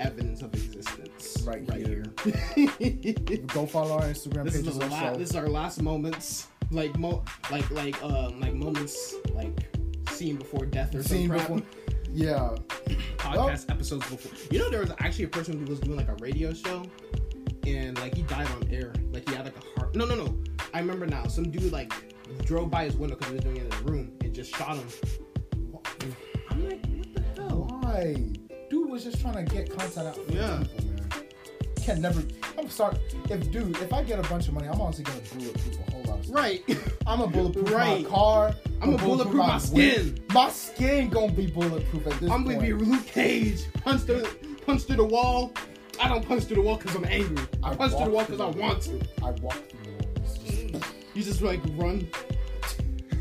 [SPEAKER 1] evidence of existence
[SPEAKER 2] Right
[SPEAKER 1] here.
[SPEAKER 2] Go follow our Instagram
[SPEAKER 1] this
[SPEAKER 2] pages
[SPEAKER 1] is the
[SPEAKER 2] also.
[SPEAKER 1] last. This is our last moments. Like mo, like like um like moments like seen before death or
[SPEAKER 2] Seen
[SPEAKER 1] some crap.
[SPEAKER 2] before- Yeah.
[SPEAKER 1] podcast episodes before. You know, there was actually a person who was doing like a radio show, and like he died on air. Like he had like a heart. No, no, no. I remember now. Some dude like drove by his window because he was doing it in his room and just shot him. I'm like, what the hell?
[SPEAKER 2] Why? Dude was just trying to get content out. for
[SPEAKER 1] Yeah.
[SPEAKER 2] People, man. Can never. I'm sorry. If dude, if I get a bunch of money, I'm honestly gonna bulletproof a whole lot of stuff.
[SPEAKER 1] Right.
[SPEAKER 2] I'm gonna bulletproof
[SPEAKER 1] Right.
[SPEAKER 2] my car.
[SPEAKER 1] I'ma bulletproof my
[SPEAKER 2] whip.
[SPEAKER 1] skin.
[SPEAKER 2] My skin gonna be bulletproof at this
[SPEAKER 1] I'm
[SPEAKER 2] point.
[SPEAKER 1] gonna be Luke Cage. Punch through, punch through the wall. I don't punch through the wall because I'm angry. I
[SPEAKER 2] I
[SPEAKER 1] punch through the wall
[SPEAKER 2] walk
[SPEAKER 1] because
[SPEAKER 2] through
[SPEAKER 1] I
[SPEAKER 2] the
[SPEAKER 1] want to.
[SPEAKER 2] I walk through walls.
[SPEAKER 1] You just like run.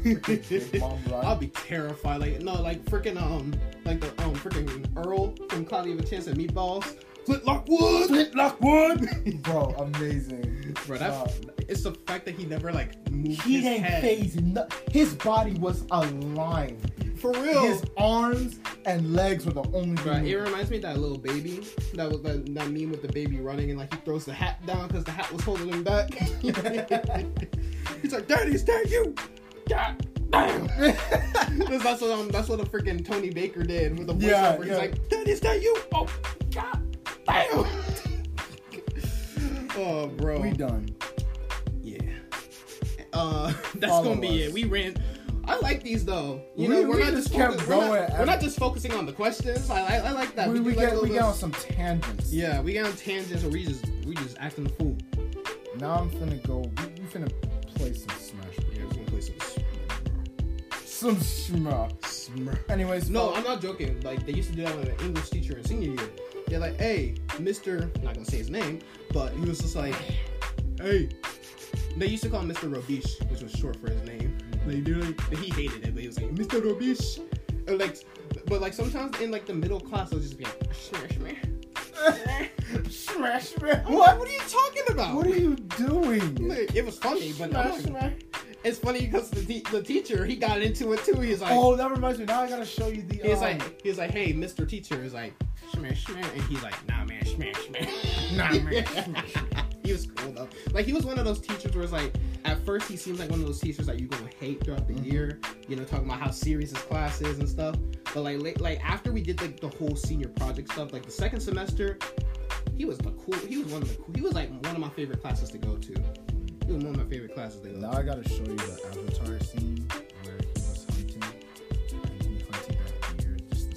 [SPEAKER 2] Big mom run.
[SPEAKER 1] I'll be terrified. Like no, like freaking um, like the um freaking Earl from Cloudy with a Chance at Meatballs, Flintlock Wood, Flintlock Wood.
[SPEAKER 2] Bro, amazing.
[SPEAKER 1] Bro, that,
[SPEAKER 2] Uh,
[SPEAKER 1] it's the fact that he never like moved
[SPEAKER 2] he
[SPEAKER 1] his
[SPEAKER 2] didn't
[SPEAKER 1] head
[SPEAKER 2] phase. No- his body was aligned.
[SPEAKER 1] for real.
[SPEAKER 2] His arms and legs were the only.
[SPEAKER 1] Bro,
[SPEAKER 2] thing
[SPEAKER 1] it
[SPEAKER 2] moving.
[SPEAKER 1] reminds me of that little baby that was that, that meme with the baby running and like he throws the hat down because the hat was holding him back. He's like, "Daddy, is that you?" God damn. That's- that's what um, that's what a freaking Tony Baker did with the voiceover.
[SPEAKER 2] Yeah,
[SPEAKER 1] He's
[SPEAKER 2] yeah.
[SPEAKER 1] like, "Daddy, is that you?" Oh, god damn. oh, bro.
[SPEAKER 2] we done.
[SPEAKER 1] Yeah. Uh, that's
[SPEAKER 2] Follow
[SPEAKER 1] gonna be
[SPEAKER 2] us.
[SPEAKER 1] it. We ran. I like these though. You
[SPEAKER 2] We-
[SPEAKER 1] know, we're
[SPEAKER 2] we
[SPEAKER 1] not
[SPEAKER 2] just
[SPEAKER 1] just
[SPEAKER 2] kept
[SPEAKER 1] focus- we're not-
[SPEAKER 2] going.
[SPEAKER 1] We're not just focusing on the questions. I, I, I like that.
[SPEAKER 2] we,
[SPEAKER 1] do
[SPEAKER 2] we
[SPEAKER 1] like
[SPEAKER 2] get
[SPEAKER 1] all
[SPEAKER 2] we
[SPEAKER 1] those-
[SPEAKER 2] get on some tangents.
[SPEAKER 1] Yeah, we get on tangents or we just we just acting the fool.
[SPEAKER 2] Now I'm finna go. We, we finna play some Smash.
[SPEAKER 1] Yeah, we're gonna play some
[SPEAKER 2] Some Smash.
[SPEAKER 1] smurf.
[SPEAKER 2] Anyways,
[SPEAKER 1] No,
[SPEAKER 2] follow-
[SPEAKER 1] I'm not joking. Like they used to do that with an English teacher in senior year. They're like, "Hey, Mister," I'm not gonna say his name, but he was just like, "Hey." They used to call him Mr. Robish, which was short for his name. Like, they like he hated it, but he was like, "Mr. Robish," or like, but like sometimes in like the middle class, they'll just be like, "Smear, smear,
[SPEAKER 2] Smash, smash.
[SPEAKER 1] What?
[SPEAKER 2] What?
[SPEAKER 1] What are you talking about?
[SPEAKER 2] What are you doing?
[SPEAKER 1] Like, It was funny, but I'm like-
[SPEAKER 2] Smash, smash.
[SPEAKER 1] it's funny because the, te- the teacher he got into it too. He's like,
[SPEAKER 2] Oh, that reminds me. Now I gotta show you the.
[SPEAKER 1] he's
[SPEAKER 2] um,
[SPEAKER 1] like, he's like, hey, Mr. Teacher is like, smash, smash, and he's like, nah, man, smash, smash,
[SPEAKER 2] Nah, man, smash,
[SPEAKER 1] he was cool though. Like he was one of those teachers where it's like, at first he seems like one of those teachers that you gonna hate throughout the year. You know, talking about how serious his class is and stuff. But like, late, like after we did like the whole senior project stuff, like the second semester, he was the cool. He was one of the. Cool, he was like one of my favorite classes to go to. He was one of my favorite classes to go.
[SPEAKER 2] Now
[SPEAKER 1] to.
[SPEAKER 2] I gotta show you the Avatar scene where he was hunting. And he hunted that deer. Just the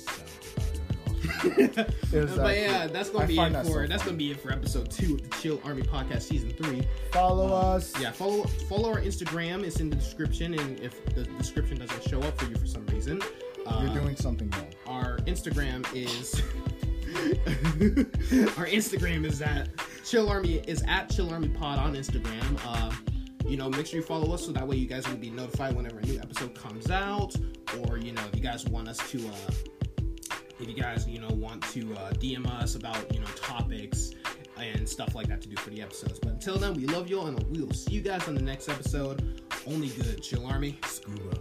[SPEAKER 2] sound. There's
[SPEAKER 1] But yeah, that's gonna
[SPEAKER 2] uh, I
[SPEAKER 1] be
[SPEAKER 2] find
[SPEAKER 1] it
[SPEAKER 2] that so
[SPEAKER 1] for that's
[SPEAKER 2] funny.
[SPEAKER 1] gonna be it for episode two of the Chill Army Podcast Season Three.
[SPEAKER 2] Follow us.
[SPEAKER 1] Yeah, follow follow our Instagram. It's in the description, and if the description doesn't show up for you for some reason, uh,
[SPEAKER 2] You're doing something wrong.
[SPEAKER 1] our Instagram is our Instagram is at Chill Army is at Chill Army Pod on Instagram. Uh, you know, make sure you follow us so that way you guys will be notified whenever a new episode comes out, or you know, if you guys want us to. Uh, if you guys you know want to uh, DM us about you know topics and stuff like that to do for the episodes. But until then, we love you all, and we will see you guys on the next episode. Only good, chill army, scuba.